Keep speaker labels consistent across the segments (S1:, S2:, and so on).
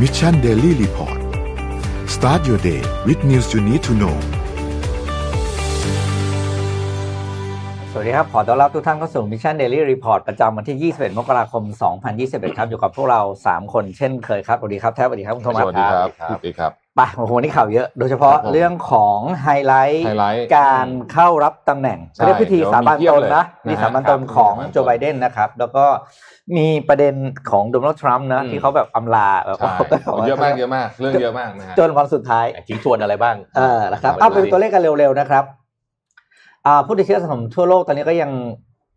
S1: Mission Daily Report start your day with news you need to know
S2: สวัสดีครับ ขอต้อนรับทุกท่านเข้าสู่ Mission Daily Report ประจำวันที่ 21 มกราคม 2021 ครับ อยู่กับพวกเรา 3 คนเช่นเคยครับ สวัสดีครับ แทบสวัสดีครับ คุณโทมัส
S3: สวัสดีครับสวัสดีครับ
S2: ไปโอ้โหนี่ข่าวเยอะ โดยเฉพาะ
S3: ครับผม
S2: เรื่องของไฮไลท์
S3: ไฮไลท์
S2: การเข้ารับตำแหน่ง
S3: ใช่
S2: เขาเรียกพิธี
S3: เดี๋ยว
S2: สาบาน
S3: มีเทีย
S2: ต
S3: บ
S2: น
S3: เลย
S2: นะ
S3: นะฮะ
S2: พิธีสาบานตน
S3: ครับ
S2: ของ
S3: ครับ
S2: โจไบเดนนะครับ แล้วก็มีประเด็นของโดนัลด์ทรัมป์นะ
S3: อืม
S2: ที่เขาแบบอำลาแบบ
S3: ใช่เยอะมากเยอะมาก เรื่องเยอะมากนะฮะ
S2: จนวันสุดท้าย
S4: ทิ้งทวนอะไรบ้าง
S2: เออนะครับเอาไปดูตัวเลขกันเร็วๆนะครับอ่าผู้ติดเชื้อสะสมทั่วโลกตอนนี้ก็ยัง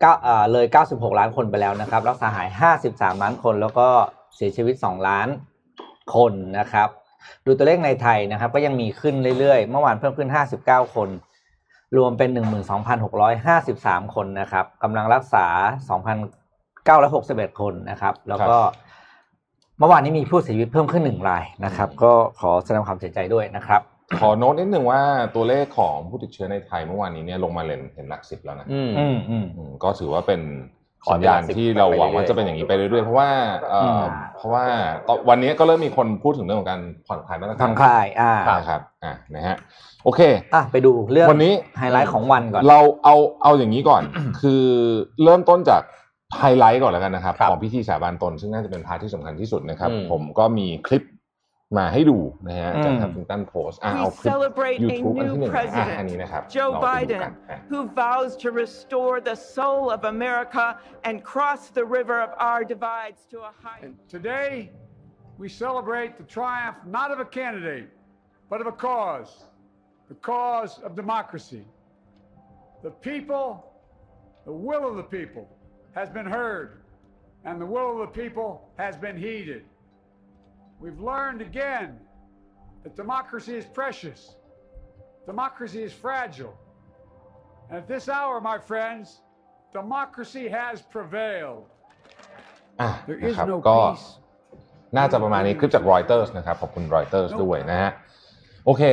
S2: เก้าอ่าเลย 96 ล้านคนไปแล้วนะครับ รักษาหาย 53 ล้านคน แล้วก็เสียชีวิต 2 ล้านคนนะครับ ดูตัวเลขในไทยนะครับ ก็ยังมีขึ้นเรื่อยๆ เมื่อวานเพิ่มขึ้น 59 คน รวมเป็น 12,653 คนนะครับกำลังรักษา 2,961 คนนะครับ แล้วก็เมื่อวานนี้มีผู้เสียชีวิตเพิ่มขึ้นหนึ่งรายนะครับ ก็ขอแสดงความเสียใจด้วยนะครับ
S3: ขอโน้ตนิดหนึ่งว่าตัวเลขของผู้ติดเชื้อในไทยเมื่อวานนี้เนี่ยลงมาเห็นเห็นหลักสิบแล้วนะ
S4: อืม
S2: อืมอืม
S3: อืมก็ถือว่าเป็น
S4: ขอ
S3: สัญ
S4: เป็น
S3: ญา
S4: หลั
S3: ณ
S4: กสิบ
S3: ที่เรา
S4: ไปเรื่อย
S3: หวัง
S4: ๆ
S3: ว่าจะเป็นอย่างนี้ไปเรื่อยๆ เพราะว่าเอ่อ
S2: ม
S3: อเพราะว่าตอนวันนี้ก็เริ่มมีคนพูดถึงเรื่องของการผ่อนคลายมาตรการ
S2: ผ่อนคลาย อ่า
S3: นะครับอ่ะนะฮะโอเค
S2: อ่ะ ไปดูเรื่อง
S3: วันนี้
S2: ไฮไลท์ของวันก่อน
S3: เราเอาเอาอย่างนี้ก่อน คือเริ่มต้นจากไฮไลท์ก่อนแล้วกันนะครับ
S4: ครับ
S3: ของพิธีสาบานตน ซึ่งน่าจะเป็นพาร์ทที่สำคัญที่สุดนะครับ
S4: อืม
S3: ผมก็มีคลิปมาให้ดูนะฮะจาก
S2: อืม
S3: ทาง Huffington Post อ่ะ
S5: We
S3: เอาคลิป
S5: celebrate a
S3: ยูทูบอันที่ห
S5: new
S3: นึ่งนะอ่ะอันนี้
S5: president,
S3: นะครับ
S5: Joe
S3: เราไปดู
S5: Biden,
S3: กันอ่ะ
S5: who vows to restore the soul of America and cross the river of our divides to a higher.
S6: And today, we celebrate the triumph not of a candidate, but of a cause the cause of democracy. The people, the will of the people has been heard, and the will of the people has been heeded. We've learned again that democracy is precious, democracy is fragile. And at this hour, my friends, democracy has prevailed.
S3: อ่ะ
S6: There
S3: นะ
S6: is
S3: ครับ
S6: no
S3: ก็
S6: peace.
S3: น่าจะประมาณนี้คลิปจากรอยเตอร์สนะครับ ขอบคุณรอยเตอร์สด้วยนะฮะโอเค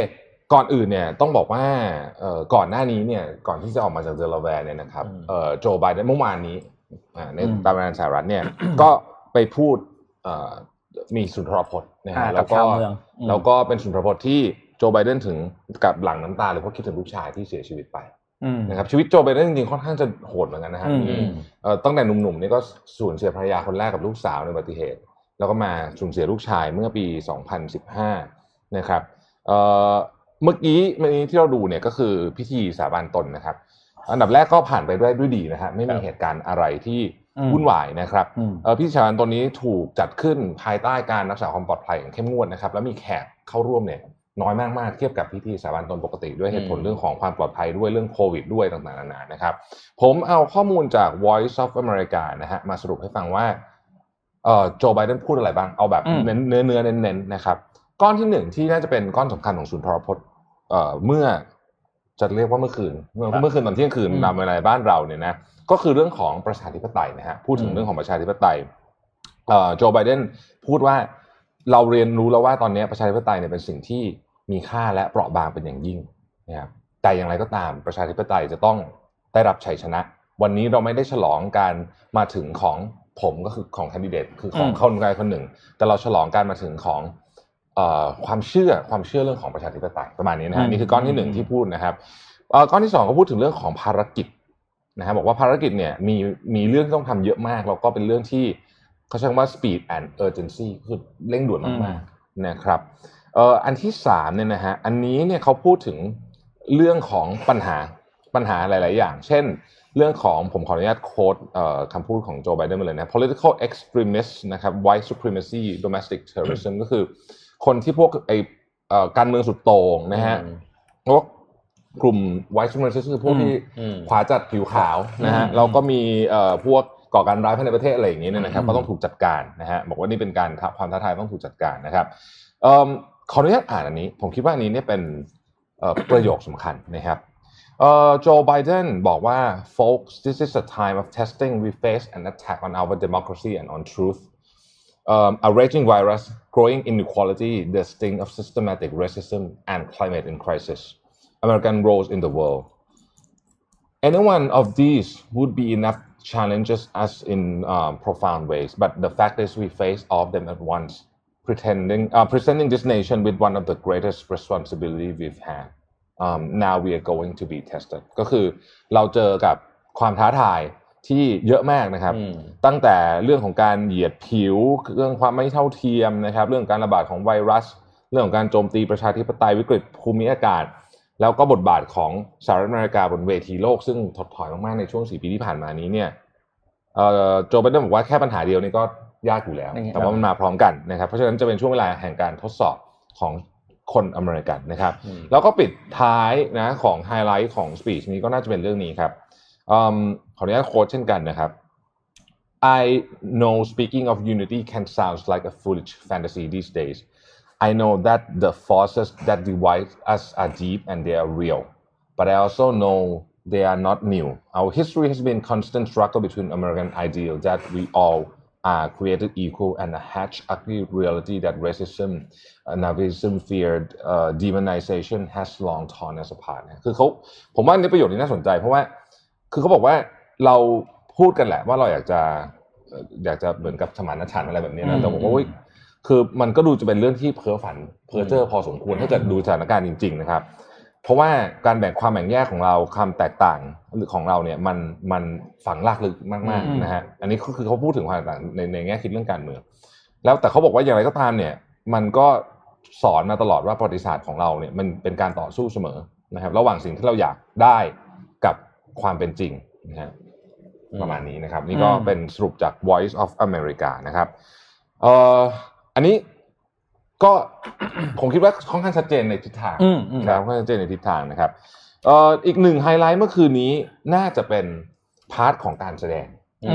S3: ก่อนอื่นเนี่ยต้องบอกว่าเอ่อก่อนหน้านี้เนี่ยก่อนที่จะออกมาจากเดลาแวร์เนี่ยนะครับเอ่อโจไบเดนเมื่อวานนี้อ่าใน
S2: อืม
S3: ตามรายงานสหรัฐเนี่ย ก็ไปพูดเอ่อมีสุนทรพจน์นะฮะ
S2: อ่า
S3: แล้ว
S2: กับ
S3: ก็
S2: ชาวเมืองอืม
S3: แล้วก็เป็นสุนทรพจน์ที่โจไบเดนถึงกับหลังน้ำตาเลยเพราะคิดถึงลูกชายที่เสียชีวิตไป
S2: อืม
S3: นะครับชีวิตโจไบเดนจริงๆค่อนข้างจะโหดเหมือนกันนะฮะ
S2: อืม
S3: มี เอ่อตั้งแต่หนุ่มๆเนี่ยก็สูญเสียภรรยาคนแรกกับลูกสาวในอุบัติเหตุ แล้วก็มาสูญเสียลูกชายเมื่อปี 2015 นะครับเอ่อเมื่อกี้เมื่อกี้ที่เราดูเนี่ยก็คือพิธีสาบานตนนะครับ อันดับแรกก็ผ่านไปด้วยด้วยดีนะฮะไม่มีเหตุการณ์อะไรที่
S2: อืม
S3: วุ่นวายนะครับ
S2: อืม
S3: เอ่อพิธีสาบานตนนี้ถูกจัดขึ้นภายใต้การรักษาความปลอดภัยอย่างเข้มงวดนะครับ แล้วมีแขกเข้าร่วมเนี่ยน้อยมากๆเทียบกับพิธีสาบานตนปกติด้วยเหตุผล
S4: อืม
S3: เรื่องของความปลอดภัยด้วยเรื่องโควิดด้วยต่างๆนานานะครับ ผมเอาข้อมูลจาก Voice of America นะฮะมาสรุปให้ฟังว่าเอ่อโจไบเดนพูดอะไรบ้าง เอาแบบ
S2: อืม
S3: เน้นเนื้อเนื้อเน้นเน้นๆนะครับ ก้อนที่หนึ่งที่น่าจะเป็นก้อนสำคัญของศูนย์ทรพจน์เอ่อเมื่อจะเรียกว่าเมื่อคืนเมื่อเมื่อคืนตอนเที่ยงคืนตามเวลาบ้านเราเนี่ยนะก็คือเรื่องของประชาธิปไตยนะฮะพูดถึงเรื่องของประชาธิปไตยเอ่อโจไบเดนพูดว่าเราเรียนรู้แล้วว่าตอนนี้ประชาธิปไตยเนี่ยเป็นสิ่งที่มีค่าและเปราะบางเป็นอย่างยิ่งนะครับ แต่อย่างไรก็ตามประชาธิปไตยจะต้องได้รับชัยชนะ วันนี้เราไม่ได้ฉลองการมาถึงของผมก็คือของแคนดิเดตคือของ
S2: อืม
S3: คนใดคนหนึ่ง แต่เราฉลองการมาถึงของเอ่อความเชื่อความเชื่อเรื่องของประชาธิปไตยประมาณนี้นะฮะนี่คือก้อนที่หนึ่งที่พูดนะครับเอ่อก้อนที่สองก็พูดถึงเรื่องของภารกิจนะฮะบบอกว่าภารกิจเนี่ยมีมีเรื่องที่ต้องทำเยอะมากแล้วก็เป็นเรื่องที่เขาใช้คำว่า speed and urgency คือเร่งด่วนมากๆนะครับ เอ่ออันที่สามเนี่ยนะฮะอันนี้เนี่ยเขาพูดถึงเรื่องของปัญหาปัญหาหลาย ๆ อย่าง เช่น เรื่องของผมขออนุญาตโค้ดเอ่อคำพูดของโจไบเดนมาเลยนะ political extremists นะครับ white supremacy domestic terrorism ก็คือคนที่พวกไอเอ่อการเมืองสุดโต่งนะฮะ พวกกลุ่ม white supremacists คือพวกที่
S4: อืม
S3: ขวาจัดผิวขาวนะฮะ
S2: อืม
S3: แล้วก็มีเอ่อพวกก่อการร้ายภายในประเทศอะไรอย่างนี้เนี่ยนะครับ
S2: อืม
S3: ก็ต้องถูกจัดการนะฮะบอกว่านี่เป็นการท้าความท้าทายต้องถูกจัดการนะครับเอิ่มขออนุญาตอ่านอันนี้ ผมคิดว่าอันนี้เนี่ยเป็นเอ่อ ประโยคสำคัญนะครับโจไบเดนบอกว่า folks this is a time of testing we face an attack on our democracy and on truth um, a raging virus, growing inequality, the sting of systematic racism, and climate in crisis. American roles in the world. Any one of these would be enough challenges us in um, profound ways, but the fact is we face all of them at once. pretending uh, presenting this nation with one of the greatest responsibility we've had um, now we are going to be tested ก็คือเราเจอกับความท้าทายที่เยอะมากนะครับ
S2: อืม
S3: ตั้งแต่เรื่องของการเหยียดผิว เรื่องความไม่เท่าเทียมนะครับ เรื่องการระบาดของไวรัส เรื่องของการโจมตีประชาธิปไตยวิกฤตภูมิอากาศ แล้วก็บทบาทของสหรัฐอเมริกาบนเวทีโลก ซึ่งถดถอยมากๆในช่วงสี่ปีที่ผ่านมานี้เนี่ยเอ่อโจไบเดนบอกว่าแค่ปัญหาเดียวนี่ก็ยากอยู่แล้ว
S2: นี่ครับ
S3: แต่ว่ามันมาพร้อมกันนะครับ เพราะฉะนั้นจะเป็นช่วงเวลาแห่งการทดสอบของคนอเมริกันนะครับ แล้วก็ปิดท้ายนะของไฮไลท์ของสปีชนี้ก็น่าจะเป็นเรื่องนี้ครับ Um, ขออนุญาตโค้ชเช่นกันนะครับ I know speaking of unity can sound like a foolish fantasy these days I know that the forces that divide us are deep and they are real but I also know they are not new our history has been constant struggle between American ideal that we all are created equal and a harsh ugly reality that racism uh, narcissism fear uh, demonization has long torn us apart นะคือเขาผมว่าในประโยคนี้น่าสนใจเพราะว่า คือเขาบอกว่าเราพูดกันแหละว่าเราอยากจะเอ่ออยากจะเหมือนกับสมานฉันท์อะไรแบบนี้
S2: อื
S3: นะ
S2: ม
S3: แต่ผมว่าเว้ยคือมันก็ดูจะเป็นเรื่องที่เพ้อฝันเพ้อเจ้อพอสมควรถ้าเกิดดูสถานการณ์จริง ๆ นะครับ เพราะว่าการแบ่งความแบ่งแยกของเราความแตกต่างหรือของเราเนี่ยมันมันฝังลากลึกมาก
S2: อืม
S3: ๆนะฮะอันนี้ก็คือเขาพูดถึงความแตกต่างในในแง่คิดเรื่องการเมือง แล้วแต่เขาบอกว่าอย่างไรก็ตามเนี่ย มันก็สอนมาตลอดว่าประวัติศาสตร์ของเราเนี่ยมันเป็นการต่อสู้เสมอนะครับ ระหว่างสิ่งที่เราอยากได้กับความเป็นจริงนะฮะประมาณนี้นะครับ นี่ก็
S2: อืม
S3: เป็นสรุปจาก Voice of America นะครับเอ่ออันนี้ก็ ผมคิดว่าค่อนข้างชัดเจนในทิศทาง
S2: อืมอืม
S3: ครับก็จะเจนในทิศทางนะครับเอ่ออีกหนึ่งไฮไลท์เมื่อคืนนี้น่าจะเป็นพาร์ทของการแสดง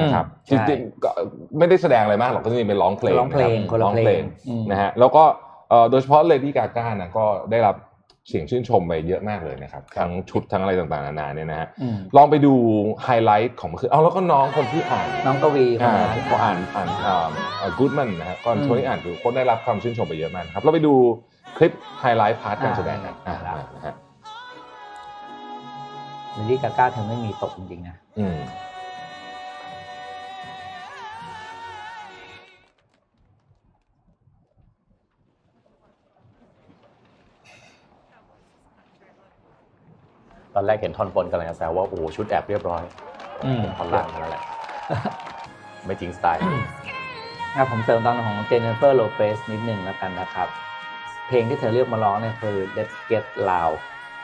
S3: นะครับ
S2: อื
S3: จ
S2: มใช่
S3: ริงๆก็ไม่ได้แสดงอะไรมากหรอกก็จะมีเป็นร้องเพลง
S2: ร้องเพลง
S3: นะคบ
S2: คนละ
S3: ร้องเพลง
S2: เพลงอืม
S3: นะฮะแล้วก็เอ่อโดยเฉพาะเลดี้กาก้านะก็ได้รับเสียงชื่นชมไปเยอะมากเลยนะครับทั้งชุดทั้งอะไรต่างๆนานาเนี่ยนะฮะ
S2: อืม
S3: ลองไปดูไฮไลท์ของเมื่อคืนเอาแล้วก็น้องคนที่อ่าน
S2: น้องกวีคน
S3: อ่า
S2: นั้น
S3: เขาอ่านอ่านอ่ากูดแมนนะครับก่อน
S2: อืม
S3: ช่วงนี้อ่านคือคนได้รับความชื่นชมไปเยอะมากนะครับ เราไปดูคลิปไฮไลท์พาร์ทการแสดงกัน
S2: อ่า
S3: อ่ามานะฮะ
S2: เลดี้กาก้าเธอไม่มีตกจริงๆนะ
S3: อืม
S4: ตอนแรกเห็นท่อนบนกำลังจะแซวว่า โอ้โหชุดแอบเรียบร้อย
S2: อืม
S4: ท่อนล่างเท่านั้นแหละ ไม่จริงสไตล์
S2: อ่ะผมเสริมตอนของเจเน f เฟอร์โลเปสนิดหนึ่งแล้วกันนะครับ เพลงที่เธอเลือกมาร้องเนี่ยคือ Let's Get Loud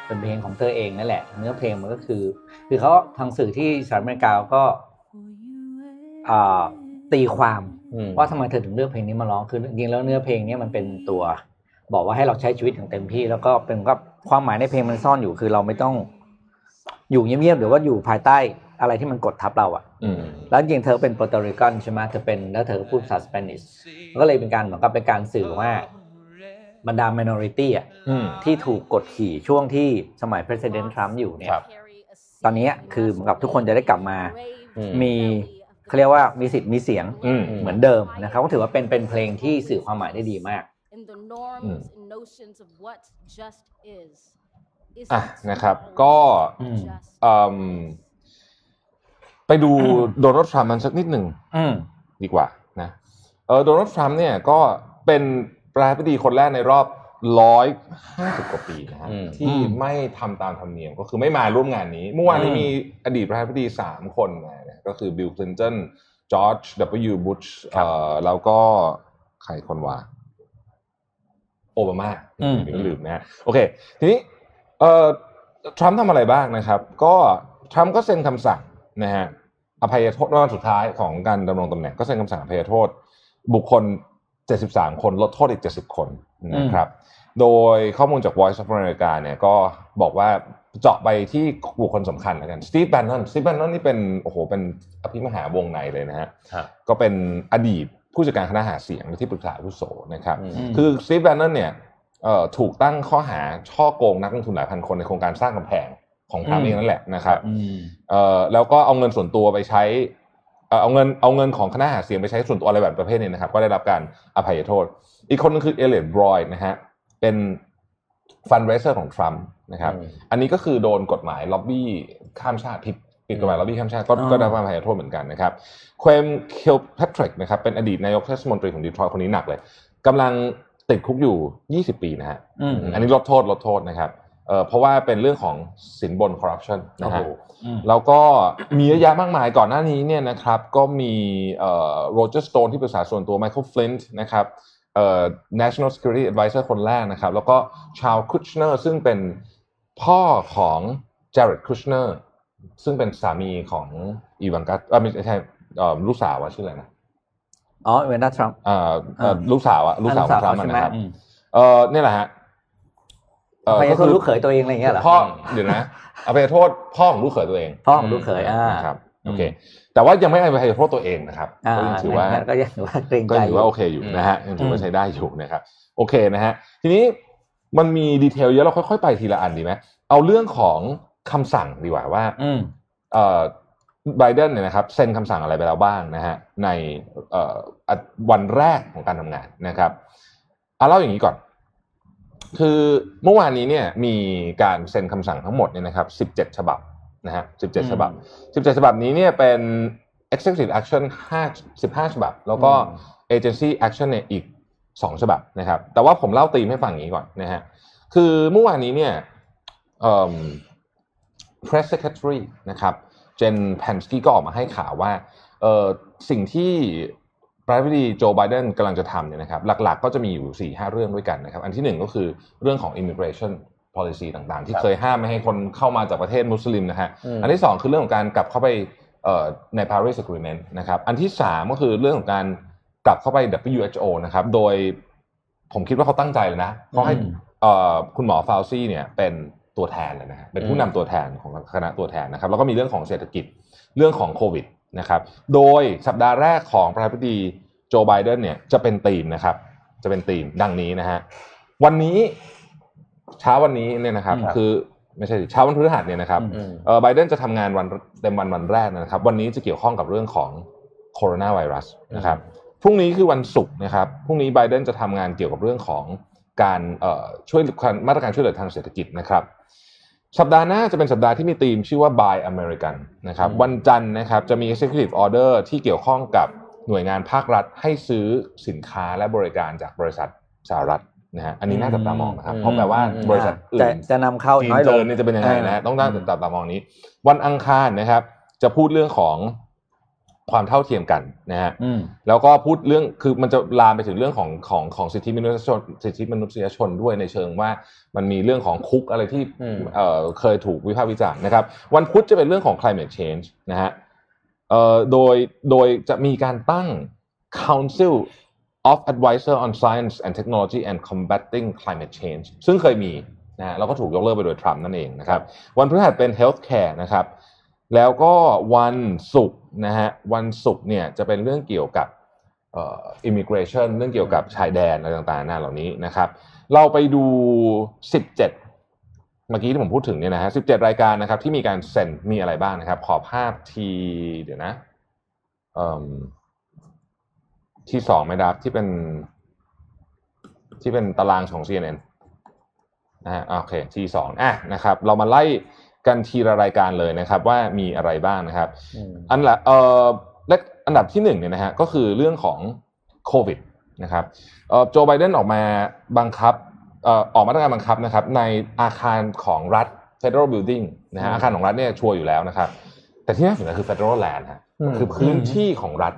S2: เป็นเพลงของเธอเองนั่นแหละ เนื้อเพลงมันก็คือ คือเขาทางสื่อที่สหรัฐอเมริกาก็อ่าตีความ
S3: อืม
S2: ว่าทำไมเธอถึงเลือกเพลงนี้มาร้องคือจริงๆแล้วเนื้อเพลงเนี้มันเป็นตัว บอกว่าให้เราใช้ชีวิตอย่างเต็มที่ แล้วก็เป็นก็ความหมายในเพลงมันซ่อนอยู่คือเราไม่ต้อง อยู่เงียบๆหรือว่าอยู่ภายใต้อะไรที่มันกดทับเราอะ
S3: อืม
S2: แล้วจริงๆเธอเป็นโปรตุเกสใช่ไหมเธอเป็นแล้วเธอก็พูดภาษาสเปนิชมันก็เลยเป็นการเหมือนกับเป็นการสื่อว่าบรรดา minority อ่ะ
S3: อืม
S2: ที่ถูกกดขี่ช่วงที่สมัย President Trump อยู่เนี่ย
S3: ครับ
S2: ตอนเนี้ยคือเหมือนกับทุกคนจะได้กลับมา
S3: อืม
S2: มีเขาเรียกว่ามีสิทธิ์มีเสียง
S3: อืม
S2: เหมือนเดิมนะครับก็ถือว่าเป็นเป็นเพลงที่สื่อความหมายได้ดีมาก
S7: in the norms and notions of what just is
S3: อ่ะนะครับก็
S2: อืม
S7: อ่ะ
S3: เอิ่มไปดูโดนัลด์ทรัมป์มันสักนิดหนึ่ง
S2: อืม
S3: ดีกว่านะเออโดนัลด์ทรัมป์เนี่ยก็เป็นประธานาธิบดีคนแรกในรอบร้อยห้าสิบกว่าปีนะฮะ
S4: อืม
S3: ที่ไม่ทำตามธรรมเนียมก็คือไม่มาร่วมงานนี้ เมื่อวานนี้
S2: อืม
S3: มีอดีตประธานาธิบดีสามคนมานะก็คือบิลคลินตันจอร์จ W. Bush เอ่อแล้วก็ใครคนว่า โอบามา
S2: อืม
S3: เดี๋ยวลืมนะฮะโอเค ทีนี้เอ่อทรัมป์ทำอะไรบ้างนะครับ ก็ทรัมป์ก็เซ็นคำสั่งนะฮะอภัยโทษรอบสุดท้ายของการดำรงตำแหน่งก็เซ็นคำสั่งอภัยโทษ บุคคล 73 คนลดโทษอีก 70 คนนะครับ โดยข้อมูลจาก Voice of America เนี่ยก็บอกว่าเจาะไปที่บุคคลสำคัญแล้วกันสตีฟแบนนอนสตีฟแบนนอนนี่เป็นโอ้โหเป็นอภิมหาวงในเลยนะฮะ ก็เป็นอดีตผู้จัดการคณะหาเสียงและที่ปรึกษาอาวุโสนะครับ คือสตีฟแบนนอนเนี่ยเอ่อถูกตั้งข้อหาช่อโกงนักลงทุนหลายพันคนในโครงการสร้างกำแพงของทรัมป์
S2: อืม
S3: เองนั่นแหละนะครับ
S2: อืม
S3: เอ่อแล้วก็เอาเงินส่วนตัวไปใช้เอ่อเอาเงินเอาเงินของคณะหาเสียงไปใช้ส่วนตัวอะไรแบบประเภทนี้นะครับ ก็ได้รับการอภัยโทษ อีกคนนึงคือเอเลดบรอยนะฮะเป็นฟันเรเซอร์ของทรัมป์นะครับ อันนี้ก็คือโดนกฎหมายล็อบบี้ข้ามชาติผิด ผิดกฎหมายล็อบบี้ข้ามชาติก็
S2: อ๋อ
S3: ก็ได้รับการอภัยโทษเหมือนกันนะครับเควนเคลแพทริกนะครับเป็นอดีตนายกเทศมนตรีของดีทรอยต์คนนี้หนักเลยกำลังติดคุกอยู่ 20 ปีนะฮะ
S2: อืม
S3: อันนี้ลดโทษลดโทษนะครับเอ่อเพราะว่าเป็นเรื่องของสินบนคอร์รัปชันนะฮะ
S4: โอ้โห
S2: อืม
S3: แล้วก็มีเยอะแยะมากมายก่อนหน้านี้เนี่ยนะครับก็มีโรเจอร์สโตนที่ปรึกษาส่วนตัวไมเคิลฟลินต์นะครับเอ่อ National Security Advisor คนแรกนะครับ แล้วก็ชาวคุชเนอร์ซึ่งเป็นพ่อของ Jared Kushner ซึ่งเป็นสามีของอีวังกัสไม่ใช่เอ่อลูกสาวอะชื่ออะไรนะ
S2: อ๋อเวนด้าทรัมป์
S3: เอ่อเอ่อ
S2: อ่า
S3: ลูกสาวอะลูกสาวของทรัมป์อะนะครับ
S2: อืม
S3: เออเนี่ยแหละฮะเอ่อ
S2: พยายามลูกเขยตัวเองอะไรอย่างเงี้ยเหรอ
S3: พ่อเดี๋ยวนะเอาไปโทษพ่อของลูกเขยตัวเอง
S2: พ่อของลูกเขยอ่า
S3: นะครับโอเค แต่ว่ายังไม่ให้ไปโทษตัวเองนะครับก็ยังถือว่า
S2: นั่นก็ยังถือว่าเกรง
S3: ก็
S2: ใจ
S3: ยังถือว่าโอเคอยู่นะฮะยังถือว่าใช้ได้อยู่นะครับ โอเคนะฮะทีนี้มันมีดีเทลเยอะเราค่อยๆไปทีละอันดีไหมเอาเรื่องของคำสั่งดีกว่าว่า
S2: อืม
S3: เอ่อไบเดนเนี่ยนะครับเซ็นคำสั่งอะไรไปแล้วบ้างนะฮะในเอ่ออ่ะวันแรกของการทำงานนะครับเอาเล่าอย่างนี้ก่อน คือเมื่อวานนี้เนี่ยมีการเซ็นคำสั่งทั้งหมดเนี่ยนะครับ 17 ฉบับนะฮะ
S2: ม
S3: 17 ฉบับ 17 ฉบับนี้เนี่ยเป็น executive action 5 15 ฉบับ แล้วก็
S2: อื
S3: agency action เนี่ยอีก 2 ฉบับนะครับ แต่ว่าผมเล่าตีมให้ฟังอย่างนี้ก่อนนะฮะ คือเมื่อวานนี้เนี่ยเอิ่ม press secretary นะครับเจนแพนสกี้ก็ออกมาให้ข่าวว่าเอ่อสิ่งที่ประธานาธิบดีโจไบเดนกำลังจะทำเนี่ยนะครับหลักๆก็จะมีอยู่ 4-5 เรื่องด้วยกันนะครับ อันที่หนึ่งก็คือเรื่องของ immigration policy ต่างๆ ที่เคยห้ามไม่ให้คนเข้ามาจากประเทศมุสลิมนะฮะ
S2: อืม
S3: อันที่สองคือเรื่องของการกลับเข้าไปเอ่อใน Paris Agreement นะครับอันที่สามก็คือเรื่องของการกลับเข้าไป WHO นะครับโดยผมคิดว่าเขาตั้งใจเลยนะเขาให้ เอ่อคุณหมอฟาวซี่เนี่ยเป็นตัวแทนเลยนะฮะเป็นผู้นำตัวแทนของคณะตัวแทนนะครับแล้วก็มีเรื่องของเศรษฐกิจเรื่องของโควิดนะครับโดยสัปดาห์แรกของประธานาธิบดีโจไบเดนเนี่ยจะเป็นธีมนะครับจะเป็นธีมดังนี้นะฮะวันนี้เช้าวันนี้เนี่ยนะครับ
S2: ครับ
S3: คือไม่ใช่สิเช้าวันพฤหัสเนี่ยนะครับ
S4: อืม
S3: เอ่อไบเดนจะทำงานวันเต็มวันวันแรกนะครับ วันนี้จะเกี่ยวข้องกับเรื่องของโคโรนาไวรัสนะครับพรุ่งนี้คือวันศุกร์นะครับพรุ่งนี้ไบเดนจะทำงานเกี่ยวกับเรื่องของการเอ่อช่วยมาตรการช่วยเหลือทางเศรษฐกิจนะครับ สัปดาห์หน้าจะเป็นสัปดาห์ที่มีธีมชื่อว่า Buy American นะครับวันจันทร์นะครับจะมี Executive Order ที่เกี่ยวข้องกับหน่วยงานภาครัฐให้ซื้อสินค้าและบริการจากบริษัทสหรัฐนะฮะอันนี้น่าจับตามองนะครับเพราะแปลว่าบริษัทอื่
S2: จะ
S3: น
S2: จะนำเข้า
S3: จี
S2: น้
S3: น
S2: อยล
S3: เจ
S2: ง
S3: อเนี่ยจะเป็นยังไงนะฮะ
S2: เออ
S3: ต้องตั้งตับตามองนี้ วันอังคารนะครับ จะพูดเรื่องของความเท่าเทียมกันนะฮะ
S2: อืม
S3: แล้วก็พูดเรื่องคือมันจะลามไปถึงเรื่องของของของสิทธิมนุษยชนสิทธิมนุษยชนด้วยในเชิงว่ามันมีเรื่องของคุกอะไรที่
S2: อืม
S3: เอ่อเคยถูกวิพากษ์วิจารณ์นะครับ วันพุธจะเป็นเรื่องของ climate change นะฮะเอ่อโดยโดยจะมีการตั้ง Council of Advisor on Science and Technology and Combating Climate Change ซึ่งเคยมีนะฮะแล้วก็ถูกยกเลิกไปโดยทรัมป์นั่นเองนะครับ วันพฤหัสเป็น Healthcare นะครับ แล้วก็วันศุกร์นะฮะวันศุกร์เนี่ยจะเป็นเรื่องเกี่ยวกับเอ่อ immigration เรื่องเกี่ยวกับชายแดนอะไรต่างๆนานาเหล่านี้นะครับ เราไปดู 17 เมื่อกี้ที่ผมพูดถึงเนี่ยนะฮะ17 รายการนะครับ ที่มีการเซ็นมีอะไรบ้างนะครับ ขอภาพทีเดี๋ยวนะเอิ่มที่สองไหมดับที่เป็น ที่เป็นตารางของ CNN นะฮะอ่าโอเคทีสองอ่ะนะครับ เรามาไล่กันทีละรายการเลยนะครับ ว่ามีอะไรบ้างนะครับ อันละเอ่อและอันดับที่หนึ่งเนี่ยนะฮะก็คือเรื่องของโควิดนะครับเอ่อโจไบเดนออกมาบังคับเอ่อออกมาตรการบังคับนะครับ ในอาคารของรัฐ Federal Building นะฮะอาคารของรัฐเนี่ยชัวร์อยู่แล้วนะครับ แต่ที่น่าสนใจคือ Federal Land ฮะ
S2: อืม
S3: คือพื้นที่ของรัฐ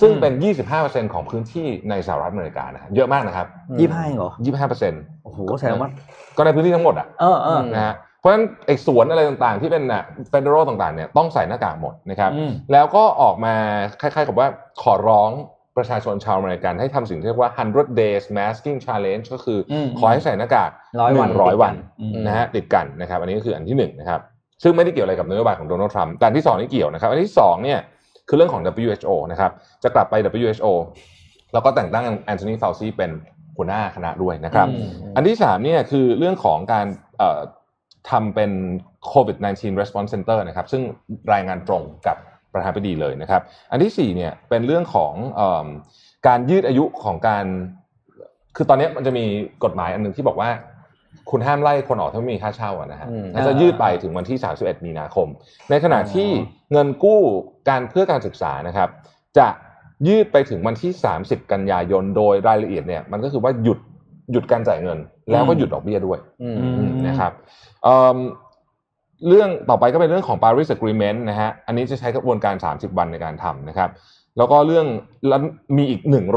S3: ซึ่งเป็น 25%ของพื้นที่ในสหรัฐอเมริกานะฮะเยอะมากนะครับ
S2: ยี่สิบห้าเองเหรอ
S3: 25%
S2: โอ้โหแสดงว่า
S3: ก็ในพื้นที่ทั้งหมดอ่ะ
S2: เออเออ
S3: นะฮะเพราะฉะนั้นไอ้สวนอะไรต่างๆ ที่เป็นอ่ะเฟเดอรัลต่างๆเนี่ยต้องใส่หน้ากากหมดนะครับ
S2: อืม
S3: แล้วก็ออกมาคล้ายๆกับว่าขอร้องประชาชนชาวอเมริกันให้ทำสิ่งที่เรียกว่า 100 days masking challenge ก็คืออ
S2: ม
S3: ขอให้ใส่หน้ากาก
S2: ร้อยวัน
S3: ร้อยวัน
S2: อืม
S3: นะฮะติดกันนะครับ อันนี้ก็คืออันที่หนึ่งนะครับ ซึ่งไม่ได้เกี่ยวอะไรกับนโยบายของโดนัลด์ทรัมป์แต่อันที่สองนี่เกี่ยวนะครับ อันที่สองเนี่ยคือเรื่องของ WHO นะครับจะกลับไป WHO แล้วก็แต่งตั้งแอนโทนีฟาวซีเป็นหัวหน้าคณะด้วยนะครับ
S2: อืม
S3: อันที่สามเนี่ยคือเรื่องของการเอ่อทำเป็น COVID 19 response center นะครับ ซึ่งรายงานตรงกับประธานาธิบดีเลยนะครับ อันที่สี่เนี่ยเป็นเรื่องของเอมการยืดอายุของการ คือตอนเนี้ยมันจะมีกฎหมายอันหนึงที่บอกว่า คุณห้ามไล่คนออกถ้าไม่มีค่าเช่าอะนะฮะ
S2: อืม
S3: น่าจะยืดไปถึงวันที่ 31 มีนาคม ในขณะที่
S2: อ๋อ
S3: เงินกู้การเพื่อการศึกษานะครับ จะยืดไปถึงวันที่ 30 กันยายนโดยรายละเอียดเนี่ยมันก็คือว่าหยุดหยุดการจ่ายเงิน แล้วก็หยุดดอกเบี้ยด้วย
S2: อืม
S3: อืมนะครับเอิ่มเรื่องต่อไปก็เป็นเรื่องของ Paris Agreement นะฮะ อันนี้จะใช้กระบวนการ 30 วันในการทำนะครับ แล้วก็เรื่องแล้วมีอีก 100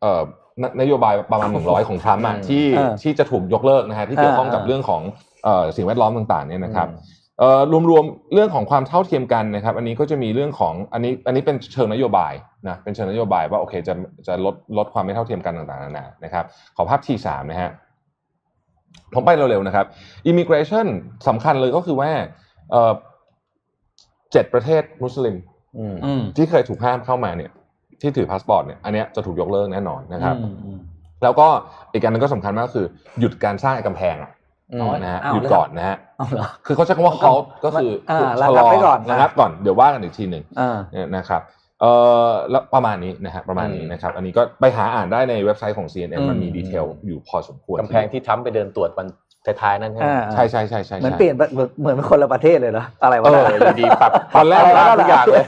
S3: เอ่อนนโยบายประมาณ 100 ของทรัมป์อะ
S2: อืม
S3: ที่
S2: เออ
S3: ที่จะถูกยกเลิกนะฮะที่เกี่ยวข้องกับ
S2: เออ
S3: เรื่องของเอ่อสิ่งแวดล้อมต่างๆเนี่ยนะครับ
S2: อืม
S3: เอ่อรวมๆเรื่องของความเท่าเทียมกันนะครับ อันนี้ก็จะมีเรื่องของอันนี้อันนี้เป็นเชิงนโยบายนะเป็นเชิงนโยบายว่าโอเคจะจะลดลดความไม่เท่าเทียมกันต่างๆนานานะครับ ขอภาพทีสามนะฮะผมไปเร็วๆนะครับ immigration สำคัญเลยก็คือว่าเอ่อเจ็ดประเทศมุสลิม
S2: อืม
S8: อืม
S3: ที่เคยถูกห้ามเข้ามาเนี่ย ที่ถือพาสปอร์ตเนี่ยอันเนี้ยจะถูกยกเลิกแน่นอนนะครับ
S8: อืมอืม
S3: แล้วก็อีกการหนึงก็สำคัญมากก็คือหยุดการสร้างไอ้กำแพงอะ
S2: อืม
S3: นะฮะ
S2: าว
S3: หยุดก่อนนะฮะ
S2: เอาเหรอ
S3: คือเขาใช้คำว่าเขาก็คือ
S2: อ่า
S3: ชะ
S2: ระงับไว้ก่อนนะ
S3: ระงับก่อนเดี๋ยวว่ากันอีกทีหนึ่ง
S2: อ่า
S3: เนี่ยนะครับเอ่อแล้วประมาณนี้นะฮะประมาณนี้นะครับ อันนี้ก็ไปหาอ่านได้ในเว็บไซต์ของ CNN มันมี
S2: อืม
S3: ดีเทลอยู่พอสมควร
S4: กำแพงที่ทรัมป์ไปเดินตรวจวันท้ายๆนั่นใช่ไหม
S2: อ่า
S3: ใช่ใช่ใช่ใช่
S2: เหมือน
S3: ใช่
S2: เปลี่ยนไปเหมือนเหมือนเป็นคนละประเทศเลยเหรออะไรวะ
S4: เอออยู่ดีปรับ
S3: ตอนแรก
S2: ะไวะ
S3: ทุกอย่างเลย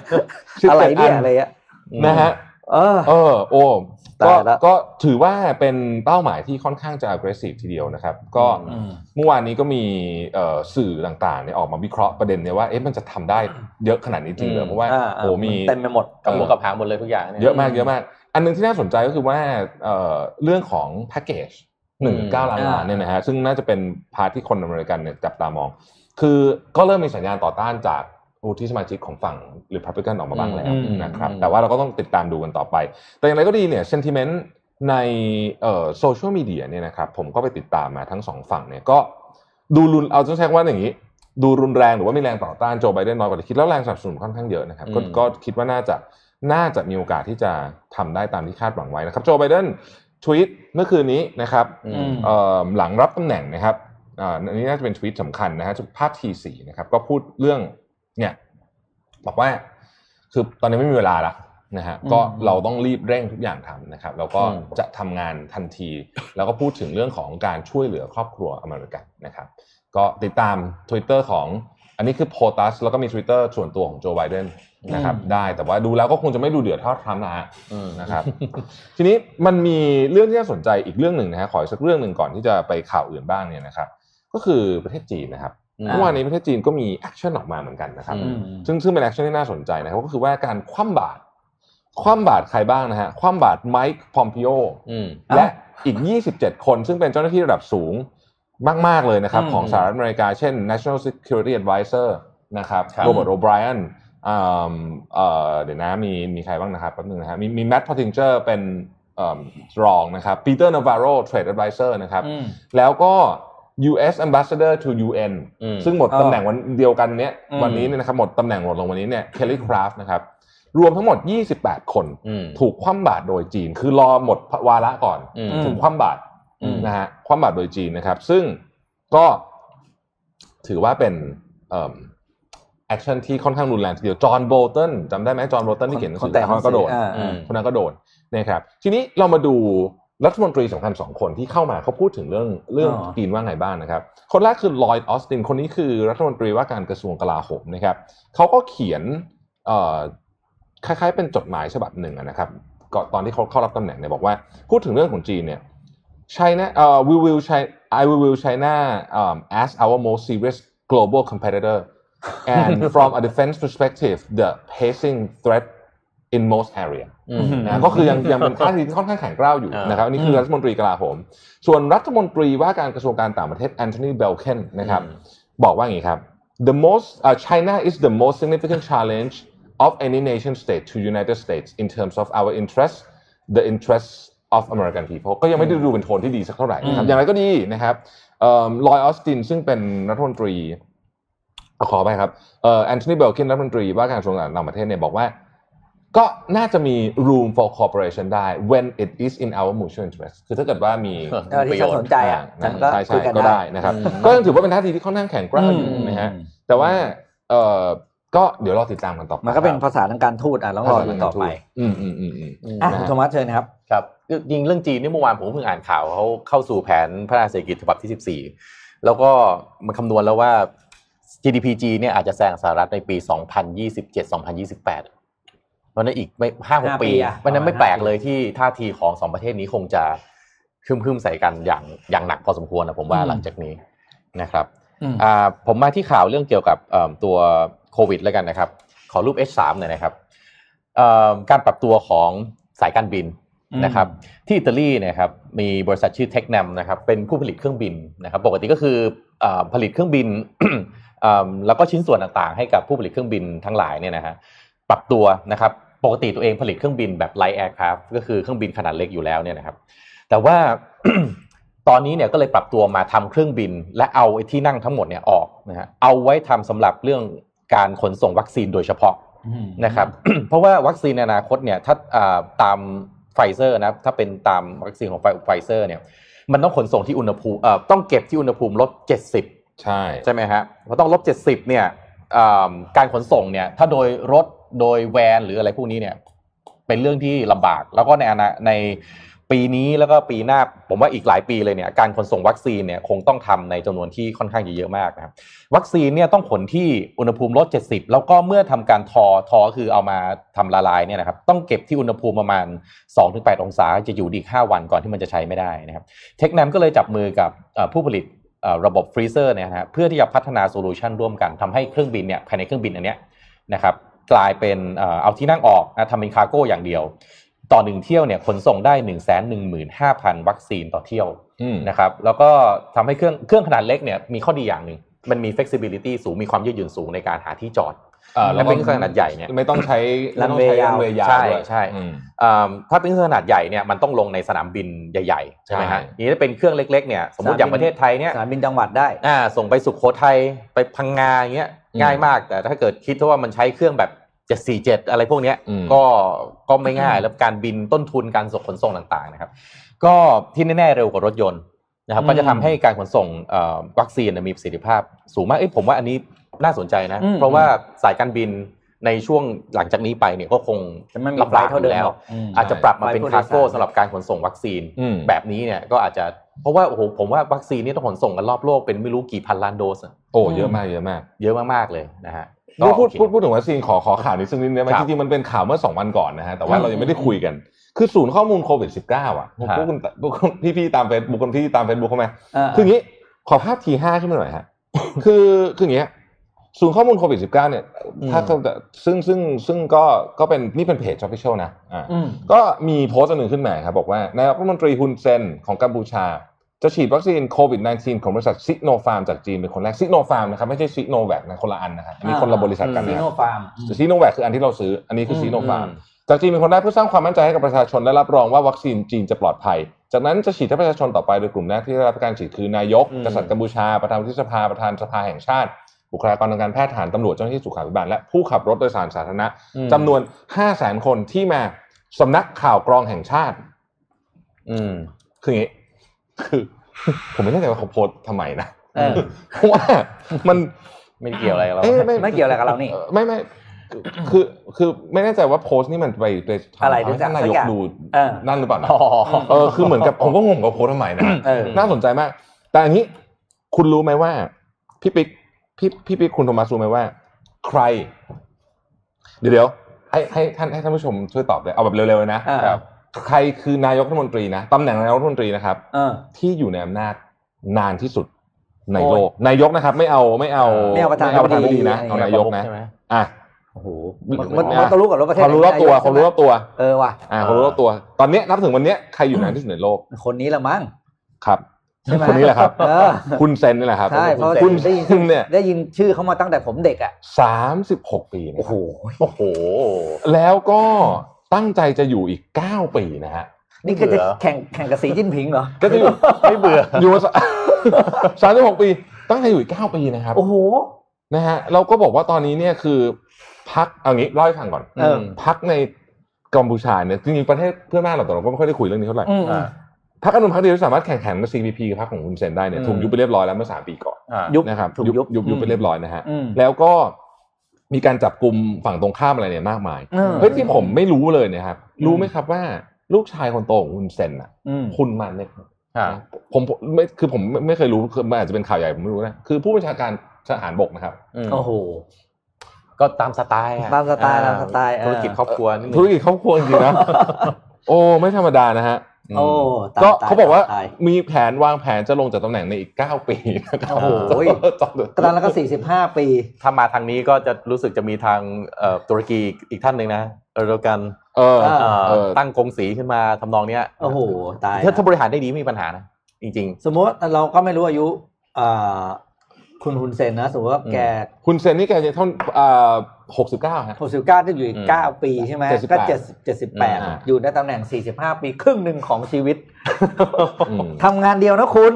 S2: อะไร
S3: ชื่
S2: เนี่ยอะไรอะ
S3: เต็มอันนะฮะ
S2: เออ
S3: เออโอ้ก็
S2: ตายละ
S3: ก็ถือว่าเป็นเป้าหมายที่ค่อนข้างจะ aggressive ทีเดียวนะครับ ก็เมื่อวานนี้ก็มีเอ่อสื่อต่างๆเนี่ยออกมาวิเคราะห์ประเด็นเนี่ยว่าเอ๊ะมันจะทำได้เยอะขนาดนี้จริงเหรอเพราะว่า
S2: อ่า
S3: โอ้มี
S2: นเต็มไปหมด
S4: กับหัวกับหางหมดเลยทุกอย่างนี่
S3: เยอะมากเยอะมาก อันหนึงที่น่าสนใจก็คือว่าเอ่อเรื่องของแพ็กเกจหนึ่งเก้าล้านล้านเนี่ยนะฮะซึ่งน่าจะเป็นพาร์ทที่คนอเมริกันเนี่ยจับตามอง คือก็เริ่มมีสัญญาณต่อต้านจากผู้ที่สมาชิกของฝั่งหรือพับลิกันออกมาบ้างแล้ว
S2: อืม
S3: นะครับ
S2: อืม
S3: แต่ว่าเราก็ต้องติดตามดูกันต่อไป แต่อย่างไรก็ดีเนี่ยเซนติเมนต์ในโซเชียลมีเดียเนี่ยนะครับผมก็ไปติดตามมาทั้งสองฝั่งเนี่ยก็ดูรุนเอาต้องใช้คำว่าอย่างนี้ ดูรุนแรงหรือว่ามีแรงต่อต้านโจไบเดนน้อยกว่าที่คิดแล้วแรงสนับสนุนค่อนข้างเยอะนะครับก็ก็คิดว่าน่าจะน่าจะมีโอกาสที่จะทำได้ตามที่คาดหวังไว้นะครับโจไบเดนทวีตเมื่อคืนนี้นะครับ
S4: อื
S8: อื
S4: ม
S8: ม
S3: เอ่อหลังรับตำแหน่งนะครับอ่าอันนี้น่าจะเป็นทวีตสำคัญนะฮะภาพทีสีนะครับก็พูดเรื่องเนี่ยบอกว่าคือตอนนี้ไม่มีเวลาละนะฮะก็เราต้องรีบเร่งทุกอย่างทำนะครับแล้วก็
S4: อืม
S3: จะทำงานทันที แล้วก็พูดถึงเรื่องของการช่วยเหลือครอบครัวอเมริกันนะครับ ก็ติดตาม Twitter ของอันนี้คือโพตัสแล้วก็มี Twitter ส่วนตัวของโจไบเดนนะครับได้แต่ว่าดูแล้วก็คงจะไม่ดูเดือดเท่าทรัมป์นะฮะ นะครับ ทีนี้มันมีเรื่องที่น่าสนใจอีกเรื่องหนึ่งนะฮะขออีกสักเรื่องหนึ่งก่อนที่จะไปข่าวอื่นบ้างเนี่ยนะครับ ก็คือประเทศจีนนะครับ
S4: อืม
S3: เมื่อวานนี้ประเทศจีนก็มีแอคชั่นออกมาเหมือนกันนะครับ
S4: อืม
S3: ซึ่งซึ่งเป็นแอคชั่นที่น่าสนใจนะครับก็คือว่าการคว่ำบาตรคว่ำบาตรใครบ้างนะฮะคว่ำบาตรไมค์พอมพิโอ
S4: อืม
S3: และอีก 27 คนซึ่งเป็นเจ้าหน้าที่ระดับสูงมาก ๆ เลยนะครับ
S8: อืม
S3: ของสหรัฐอเมริกา เช่น National Security Advisor นะครับ
S4: ครับ
S3: โรเบิร์ตโอไบรอันเดี๋ยวนะมีมีใครบ้างนะครับแป๊บนึงนะฮะมีมีแมตต์พอติงเจอร์เป็นรองนะครับปีเตอร์นาวาโรเทรดแอดไ i เซอร์นะครับ
S8: อืม
S3: แล้วก็ U.S. Ambassador to UN
S4: อืม
S3: ซึ่งหมดตำแหน่งวันเดียวกันเนี้ย
S8: อืม
S3: วันนี้เนี่ยนะครับหมดตำแหน่งหมดลงวันนี้เนี่ยเคลลี่คราฟนะครับ รวมทั้งหมด 28 คน
S4: อืม
S3: ถูกคว่ำบาตรโดยจีน คือรอหมดวาระก่อน
S4: อืม
S3: ถูกคว่ำบาตร
S4: อืม
S3: นะฮะคว่ำบาตรโดยจีนนะครับ ซึ่งก็ถือว่าเป็นแอคชั่นที่ค่อนข้างรุนแรงทีเดียวจอห์นโบลตันจำได้ไหมจอห์นโบลตันที่เขียนหนังสือ
S2: แต่
S3: คนนั้นก็โดน
S2: อ่า
S4: อืม
S3: คนนั้นก็โดนนะครับทีนี้เรามาดูรัฐมนตรีสำคัญสองคนที่เข้ามาเขาพูดถึงเรื่องเรื่อง
S2: อ๋อ
S3: จีนว่าไงบ้างนะครับ คนแรกคือลอยด์ออสตินคนนี้คือรัฐมนตรีว่าการกระทรวงกลาโหมนะครับเขาก็เขียน เอ่อคล้ายๆเป็นจดหมายฉบับหนึ่งอะนะครับก่อนตอนที่เขาเข้ารับตำแหน่งเนี่ยบอกว่าพูดถึงเรื่องของจีนเนี่ย China เอ่อ we will China I will will China um, as our most serious global competitor and from a defense perspective the pacing threat in most area
S4: อืม
S3: นะก็คือยังยังเป็นท่าทีที่ค่อนข้างแข็งกร้าว Mm-hmm. อยู่
S4: อ่าน
S3: นะครับอันนี้คือรัฐมนตรีกลาโหม ส่วนรัฐมนตรีว่าการกระทรวงการต่างประเทศแอนโทนีเบลเคนนะครับ บอกว่าอย่างนี้ครับ the most uh, China is the most significant challenge of any nation state to United States in terms of our interest the interests of American people ก็ยังไม่ได้ดูเป็นโทนที่ดีสักเท่าไหร่นะครับ อย่างไรก็ดีนะครับลอยออสตินซึ่งเป็นรัฐมนตรี ขอไปครับแอนโทนีเบลคินรัฐมนตรีว่าการกระทรวงการต่างประเทศเนี่ยบอกว่า ก็น่าจะมี room for cooperation ได้ when it is in our mutual interest คือถ้าเกิดว่ามี
S2: เออที่ฉันสนใจอ่ะฉันก็
S3: ใช่
S2: คุย
S3: ใช่
S2: กัน
S3: ก็
S2: ได้
S3: ได้นะครับ ก็ยังถือว่าเป็นท่าทีที่ค่อนข้างแข็งกร้าวอยู่นะฮะแต่ว่าเอ่อ ก็เดี๋ยวรอติดตามกันต่อไป
S2: มันก็เป็นภาษาทางการทูตอ่ะต้องรอดูต่อไป
S3: อืมอืมอืมอืม
S4: อืม
S2: อ่ะ
S3: นะฮะ
S2: คุณโทมัสเชิญนะครับ
S4: ครับยิงเรื่องจีนนี่เมื่อวานผมเพิ่งอ่านข่าวเขาเข้าสู่แผนพัฒนาเศรษฐกิจฉบับที่ 14 แล้วก็มันคำนวณแล้วว่า GDP จีนเนี่ยอาจจะแซงสหรัฐในปี 2027-2028 เพราะฉะนั้นอีกไม่ห้าหก
S2: ห้าปี
S4: ปี
S2: อะ
S4: เพราะฉะนั้นไม่
S2: ประมาณ
S4: แปลก
S2: ห้าปี
S4: เลยที่ท่าทีของสองประเทศนี้คงจะคึมคึมๆใส่กันอย่างอย่างหนักพอสมควรนะผมว่าหลังจากนี้นะครับ
S2: อืม
S4: อ่าผมมาที่ข่าวเรื่องเกี่ยวกับเอิ่มตัวโควิดแล้วกันนะครับ ขอรูป H3 หน่อยนะครับเอิ่มการปรับตัวของสายการบิน
S2: อืม
S4: นะครับ ที่อิตาลีเนะครับมีบริษัทชื่อ t e c n a m นะครับเป็นผู้ผลิตเครื่องบินนะครับปกติก็คือเออผลิตเครื่องบิน เอิ่มแล้วก็ชิ้นส่วนต่างๆ ให้กับผู้ผลิตเครื่องบินทั้งหลายเนี่ยนะฮะปรับตัวนะครับปกติตัวเองผลิตเครื่องบินแบบ light aircraft ก็คือเครื่องบินขนาดเล็กอยู่แล้วเนี่ยนะครับ แต่ว่า ตอนนี้เนี่ยก็เลยปรับตัวมาทำเครื่องบิน และเอาไอ้ที่นั่งทั้งหมดเนี่ยออกนะฮะเอาไว้ทำสำหรับเรื่องการขนส่งวัคซีนโดยเฉพาะ นะครับ เพราะว่าวัคซีนในอนาคตเนี่ยถ้าอ่าตามไฟเซอร์นะถ้าเป็นตามวัคซีนของไฟเซอร์เนี่ยมันต้องขนส่งที่อุณหภูมิเอ่อต้องเก็บที่อุณหภูมิลบ 70
S3: ใช่
S4: ใช่ไหมฮะพอต้องลบ 70เนี่ยอ่าการขนส่งเนี่ยถ้าโดยรถโดยแวนหรืออะไรพวกนี้เนี่ยเป็นเรื่องที่ลำบาก แล้วก็ในอนาในปีนี้แล้วก็ปีหน้าผมว่าอีกหลายปีเลยเนี่ยการขนส่งวัคซีนเนี่ยคงต้องทำในจำนวนที่ค่อนข้างจะเยอะมากนะครับ วัคซีนเนี่ยต้องขนที่อุณหภูมิลด 70 แล้วก็เมื่อทำการทอทอคือเอามาทำละลายเนี่ยนะครับต้องเก็บที่อุณหภูมิประมาณ 2-8 องศาจะอยู่ไดอีก 5 วันก่อนที่มันจะใช้ไม่ได้นะครับเทคแนมก็เลยจับมือกับเอ่อผู้ผลิตเอ่อระบบฟรีเซอร์เนี่ยนะฮะเพื่อที่จะพัฒนาโซลูชันร่วมกันทำให้เครื่องบินเนี่ยภายในเครื่องบินอันเนี้ยนะครับกลายเป็นเอ่อเอาที่นั่งออกนะทำเป็นคาร์โก้อย่างเดียว ต่อหนึ่งเที่ยวเนี่ยขนส่งได้ 1 1 5 0 0 0 วัคซีนต่อเที่ยว
S3: อืม
S4: นะครับแล้วก็ทำให้เครื่องเครื่องขนาดเล็กเนี่ยมีข้อดีอย่างหนึ่งมันมี flexibility สูงมีความยืดหยุ่นสูงในการหาที่จอด
S3: อ่า
S4: และเป็นเครื่องขนาดใหญ่เนี่ย
S3: ไม่ต้องใช้
S2: Runway ยาว
S3: runway ยาว
S4: ใช่
S3: ด้วย
S4: ใช่
S3: อืม
S4: อ่าถ้าเป็นเครื่องขนาดใหญ่เนี่ยมันต้องลงในสนามบินใหญ่ๆใช่ไหมฮะ
S3: ใช่
S4: นี่ถ้าเป็นเครื่องเล็กๆเนี่ยสมมติอย่างประเทศไทยเนี่ย
S2: สนามบินจังหวัดได้
S4: อ่าส่งไปสุโขทัยไปพังงาอย่างเงี้ย
S3: อืม
S4: ง่ายมากแต่ถ้าเกิดคิดว่ามันใช้เครื่องแบบ747 อะไรพวกเนี้ย
S3: อืม
S4: ก็ก็ไม่ง่ายแล้วการบินต้นทุนการส่งขนส่งต่างๆนะครับ ก็ที่แน่ๆเร็วกว่ารถยนต์นะครับ
S2: อืม
S4: ก็จะทำให้การขนส่งเอ่อวัคซีนเนี่ยมีประสิทธิภาพสูงมากเอ้ยผมว่าอันนี้น่าสนใจนะ
S2: อืม
S4: เพราะว่าสายการบินในช่วงหลังจากนี้ไปเนี่ยก็คง
S2: จะไม่มี
S4: ลำ
S2: ไฟ
S4: บาก
S2: ล์เท่าเดิ
S4: อ
S2: ม
S4: ยู่แล้
S2: ห
S4: ว
S2: รอกอืม
S4: อาจจะปรับมา
S2: ใช่
S4: เป็น
S2: ไว้ผู้
S4: คา
S2: โดย
S4: ร์
S2: สาร
S4: โก้สำหรับการขนส่งวัคซีน
S3: อืม
S4: แบบนี้เนี่ยก็อาจจะเพราะว่าโอ้โหผมว่าวัคซีนนี่ต้องขนส่งกันรอบโลกเป็นไม่รู้กี่พันล้านโดสอะ
S3: โอ้เยอะมากเยอะมาก
S4: เยอะมากๆเลยนะฮะก็
S3: นี่พูด
S4: โอเค
S3: พูดพูดถึงวัคซีนขอขอข่าวนิดนึงนิดนึง
S4: ครั
S3: จ
S4: บ
S3: ริงๆมันเป็นข่าวเมื่อสองวันก่อนนะฮะแต่ว่า
S4: ครับ
S3: เรายังไม่ได้คุยกัน คือศูนย์ข้อมูลโควิด -19 อ่ะ
S4: ฮะ
S3: พวกคุณพวกคุณพี่ๆตามเฟซบุ๊กคนพี่ตามเฟซบุ๊กเข้าไหม
S2: เออ
S3: คืออย่างนี้ขอภาพทีห้าขึ้นมาหน่อยฮะ คือคืออย่างเงี้ยศูนย์ข้อมูลโควิด -19 เนี่ย
S4: อืม
S3: ถ้าเขาจะซึ่งซึ่งซึ่งก็ก็เป็นนี่เป็นเพจ official นะอ่า
S2: อืม
S3: ก็มีโพสต์อันหนึ่งขึ้นมาครับ บอกว่านายกรัฐมนตรีฮุนเซนของกัมพูชา จะฉีดวัคซีนโควิด -19 ของบริษัทซิโนฟาร์มจากจีนเป็นคนแรกซิโนฟาร์มนะครับ ไม่ใช่ซิโนแวคนะคนละอันนะฮะอันนี้
S2: อ่า
S3: คนละบริษัทกัน
S2: ซี
S3: นะ
S2: โน
S3: ฮะ
S2: ฟาร์ม
S3: ซิโนแวคคืออันที่เราซื้อ อันนี้คื
S2: ม
S3: อซิโนฟาร์ม
S4: อืม
S3: จากจีนเป็นคนแรกเพื่อสร้างความมั่นใจให้กับประชาชนและรับรองว่าวัคซีนจีนจะปลอดภัย จากนั้นจะฉีดให้ประชาชนต่อไปโดยกลุ่มแรกที่ได้รับการฉีดคือนายก
S4: อืม
S3: กษัตริย์กัมพูชา ประธานวุฒิสภาประธานสภาแห่งชาติ บุคลากรทางการแพทย์ทหารตำรวจเจ้าหน้าที่สุขาภิบาลและผู้ขับรถโดยสารสาธารณะจำนวน 5 0 0 0 0 0 คนที่มาสำนักข่าวกรองแห่งชาติ
S4: อืม
S3: คืออย่างนี้คือ ผมไม่แน่ใจว่าเขาโพสต์ทำไมนะ
S2: เออ
S3: เพราะว่ามัน
S4: ไม่เกี่ยวอะไรกับเรา
S3: เอ๊ะ
S2: ไม่เกี่ยวอะไรกับเรานี่
S3: เอ่อไม่ไม่คือคือไม่แน่ใจว่าโพสต์นี่มันไปไปทำ
S2: อะไร
S3: ให้ท่าน
S2: สั
S3: นาก ยก
S2: อย่าง
S3: ดู
S2: เออ
S3: นั่นหรือเปล่านะ
S4: อ๋อ
S3: เออคือเหมื อนกับผมก็งงกับโค้ดทำไมนะ
S2: เออ
S3: น่าสนใจมาก แต่อันนี้คุณรู้ไหมว่า พี่ปิ๊กพี่พี่ปิ๊กคุณโทมัสรู้ไหมว่า ใคร เดี๋ยวเดี๋ยวให้ให้ท่านให้ท่านผู้ชมช่วยตอบเลยเอาแบบเร็วๆเลยนะ
S2: อ่า
S3: ครับ ใครคือนายกรัฐมนตรีนะตำแหน่งนายกรัฐมนตรีนะครับ
S2: เออ
S3: ที่อยู่ในอำนาจนานที่สุดใน
S2: โอ้ย
S3: โลกนายกนะครับ ไม่เอาไม่เอา
S2: ไม่เอาประธานาธิบดี
S3: ธิบดีนะเอานายกนะ
S4: ใช่ไหม
S3: อ่ะ
S2: โอ้โห
S3: มัน
S2: มัน
S3: อ่ะ
S2: มันต้องรู้กับรถประเท
S3: ค
S2: ศ
S3: วามรู้รอบตัว
S2: ใช่ไห
S3: ความรู้รอบตัว
S2: เออว่ะ
S3: อ่าความรู้รอบตัว ตอนเนี้ยนับถึงวันเนี้ยใครอยู่นานที่สุดในโลก
S2: คนนี้ละมั้ง
S3: ครับ
S2: ใช่ไหม
S3: คนนี้แหละครับ
S2: เออ
S3: คุณเซนนี่แหละครับ
S2: ใช่เพราะ
S3: คุณเซ
S2: ได้ยิน
S3: นเนี่ย
S2: ได้ยินชื่อเขามาตั้งแต่ผมเด็กอ่ะ
S3: สามสิบหกปีนะ
S2: โอ้
S3: ค
S2: โห
S3: รับ
S4: โอ้โห
S3: แล้วก็ตั้งใจจะอยู่อีกเก้าปีนะฮะ
S2: นี่ก็จะ
S4: เหรอ
S2: แข่งแข่งกับสีจิ้นผิงเหรอ
S3: ก็จะอยู่
S4: ไม่เบื่อ
S3: อยู่สามสิบหกปี ตั้งใจอยู่อีกเก้าปีนะครับ
S2: โอ้โห
S3: นะฮะเราก็บอกว่าตอนนี้เนี่ยคือพักเอางี้เล่าให้ฟังก่อน
S2: เออ
S3: พักในกัมพูชาเนี่ยจริงๆประเทศเพื่อนบ้านเราแต่เราก็ไม่ค่อยได้คุยเรื่องนี้เท่าไหร่
S2: อืม
S4: อ่า
S3: พรรคการเมืองพรรคเดียวที่สามารถแข่งขันกับ CPP กับพรรคของคุณเซนได้เนี่ย
S4: อืม
S3: ถูกยุบไปเรียบร้อยแล้วเมื่อสามปีก่อน
S4: อ่า
S2: ยุบ
S3: นะครับ
S2: ถูก
S3: ยุบ
S2: ยุบ
S3: ยุบยุบไปเรียบร้อยนะฮะ
S2: อืม
S3: แล้วก็ มีการจับกลุ่มฝั่งตรงข้ามอะไรเนี่ยมากมาย
S2: เออ
S3: เฮ้ยที่ผมไม่รู้เลยเนะครับรู้ไหมครับว่าลูกชายคนโตของคุณเซนอ่ะ
S2: อืม
S3: คุณมันเนี่ย
S4: อ่า
S3: ผมผมไม่คือผมไม่ไม่เคยรู้คือมันอาจจะเป็นข่าวใหญ่ผมไม่รู้นะคือผู้บัญชาการทหารบกนะครับ
S2: โอ้โห
S4: ก็ตามสไตล์อะ
S2: ตามสไตล์
S4: อ่
S2: ตามสไตล์เออ
S4: ธุรกิจครอบครัวนิดนึง
S3: ธุรกิจครอบครัวจริงๆนะ โอ้ไม่ธรรมดานะฮะ
S2: โอ้ตย
S3: ก็เขาบอกว่า
S2: ตย
S3: มีแผนวางแผนจะลงจากตำแหน่งในอีก 9 ปีนะครับ
S2: โอ้โห
S3: ตอน
S2: ตอนนั้นก็สี่สิบห้าปี
S4: ถ้ามาทางนี้ก็จะรู้สึกจะมีทางเอ่อตุรกีอีกท่านหนึ่งนะเออโดกัน
S3: เออ
S2: เอ
S4: เอ่อ
S3: เออ
S4: ตั้งกงสีขึ้นมาทำนองเนี้ย
S2: โอ้โห ตาย
S4: ถ้าถ้าบริหารได้ดีไม่มีปัญหานะจริง
S2: สมมติว่าเราก็ไม่รู้อายุอ่าคุณฮุนเซนนะ สมมติว่าแก
S3: คุณเซนนี่แกจะเท่าอ่าหกสิบเก้าฮะ
S2: หกสิบเก้าที่อยู่อีก
S4: อืม
S2: เก้าปีใช่ไหม
S3: 78
S2: ก็เจ็ดเจ็ดสิบแปด
S3: อ่า
S2: อยู่ในตำแหน่งสี่สิบห้าปี ครึ่งหนึ่งของชีวิต
S3: อืม
S2: ทำงานเดียวนะคุณ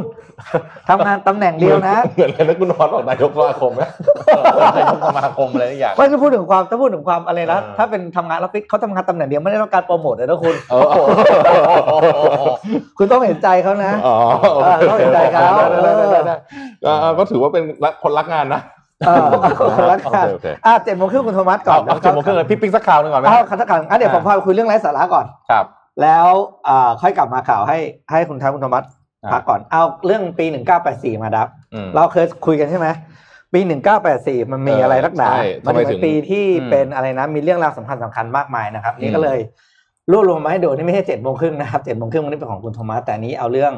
S2: ทำงานตำแหน่งเดียวนะ
S3: เหมือนอะไรนะคุณนอนบอกนายกสมาคมนะ
S4: ๆนายกสมาคมอะไรทุกอย่าง
S2: ไม่จะพูดถึงความจะพูดถึงความอะไรนะ
S4: เออ
S2: ถ้าเป็นทำงานออฟฟิศเขาทำงานตำแหน่งเดียวไม่ได้ต้องการโปรโมทเลยนะคุณ
S3: เออ
S2: คุณต้องเห็นใจเขานะ
S3: อ๋อโอ
S2: เออต้องเห็นใจเขา
S3: ได้ได้ได้ได้เออเออก็ถือว่าเป็นรักคนรักงานนะ
S2: เออคนละกัน
S3: โอเคโอเค
S2: อ่ะเจ็ดโมงครึ่งคุณโทมัสก่อน
S4: เอาเอาจบโมงครึ่งเลยพี่ปิ๊กสักข่าวหนึ่งก่อนไหม
S2: เอาคันตะกันอ่ะเดี๋ยวผมพาไปคุยเรื่องไร้สาระก่อน
S4: ครับ
S2: แล้วอ่าค่อยกลับมาข่าวให้ให้คุณท้าคุณโทมัส
S4: อ่ะ
S2: พักก่อน เอาเรื่องปี 1984 มาดับ
S4: อืม
S2: เราเคยคุยกันใช่ไหม ปี 1984 มันมี
S3: เอออ
S2: อะไรนักหนา
S3: ใช่
S2: มั
S3: ทำไม
S2: น
S3: ถึ
S2: เป็น
S3: ง
S2: ปีที่
S4: อืม
S2: เป็นอะไรนะ มีเรื่องราวสำคัญสำคัญมากมายนะครับ นี่ก็เลยรวบรวมมาให้ดูนี่ไม่ใช่เจ็ดโมงครึ่งนะครับเจ็ดโมงครึ่งวันนี้เป็นของคุณโทมัส แต่อันนี้เอาเรื่อง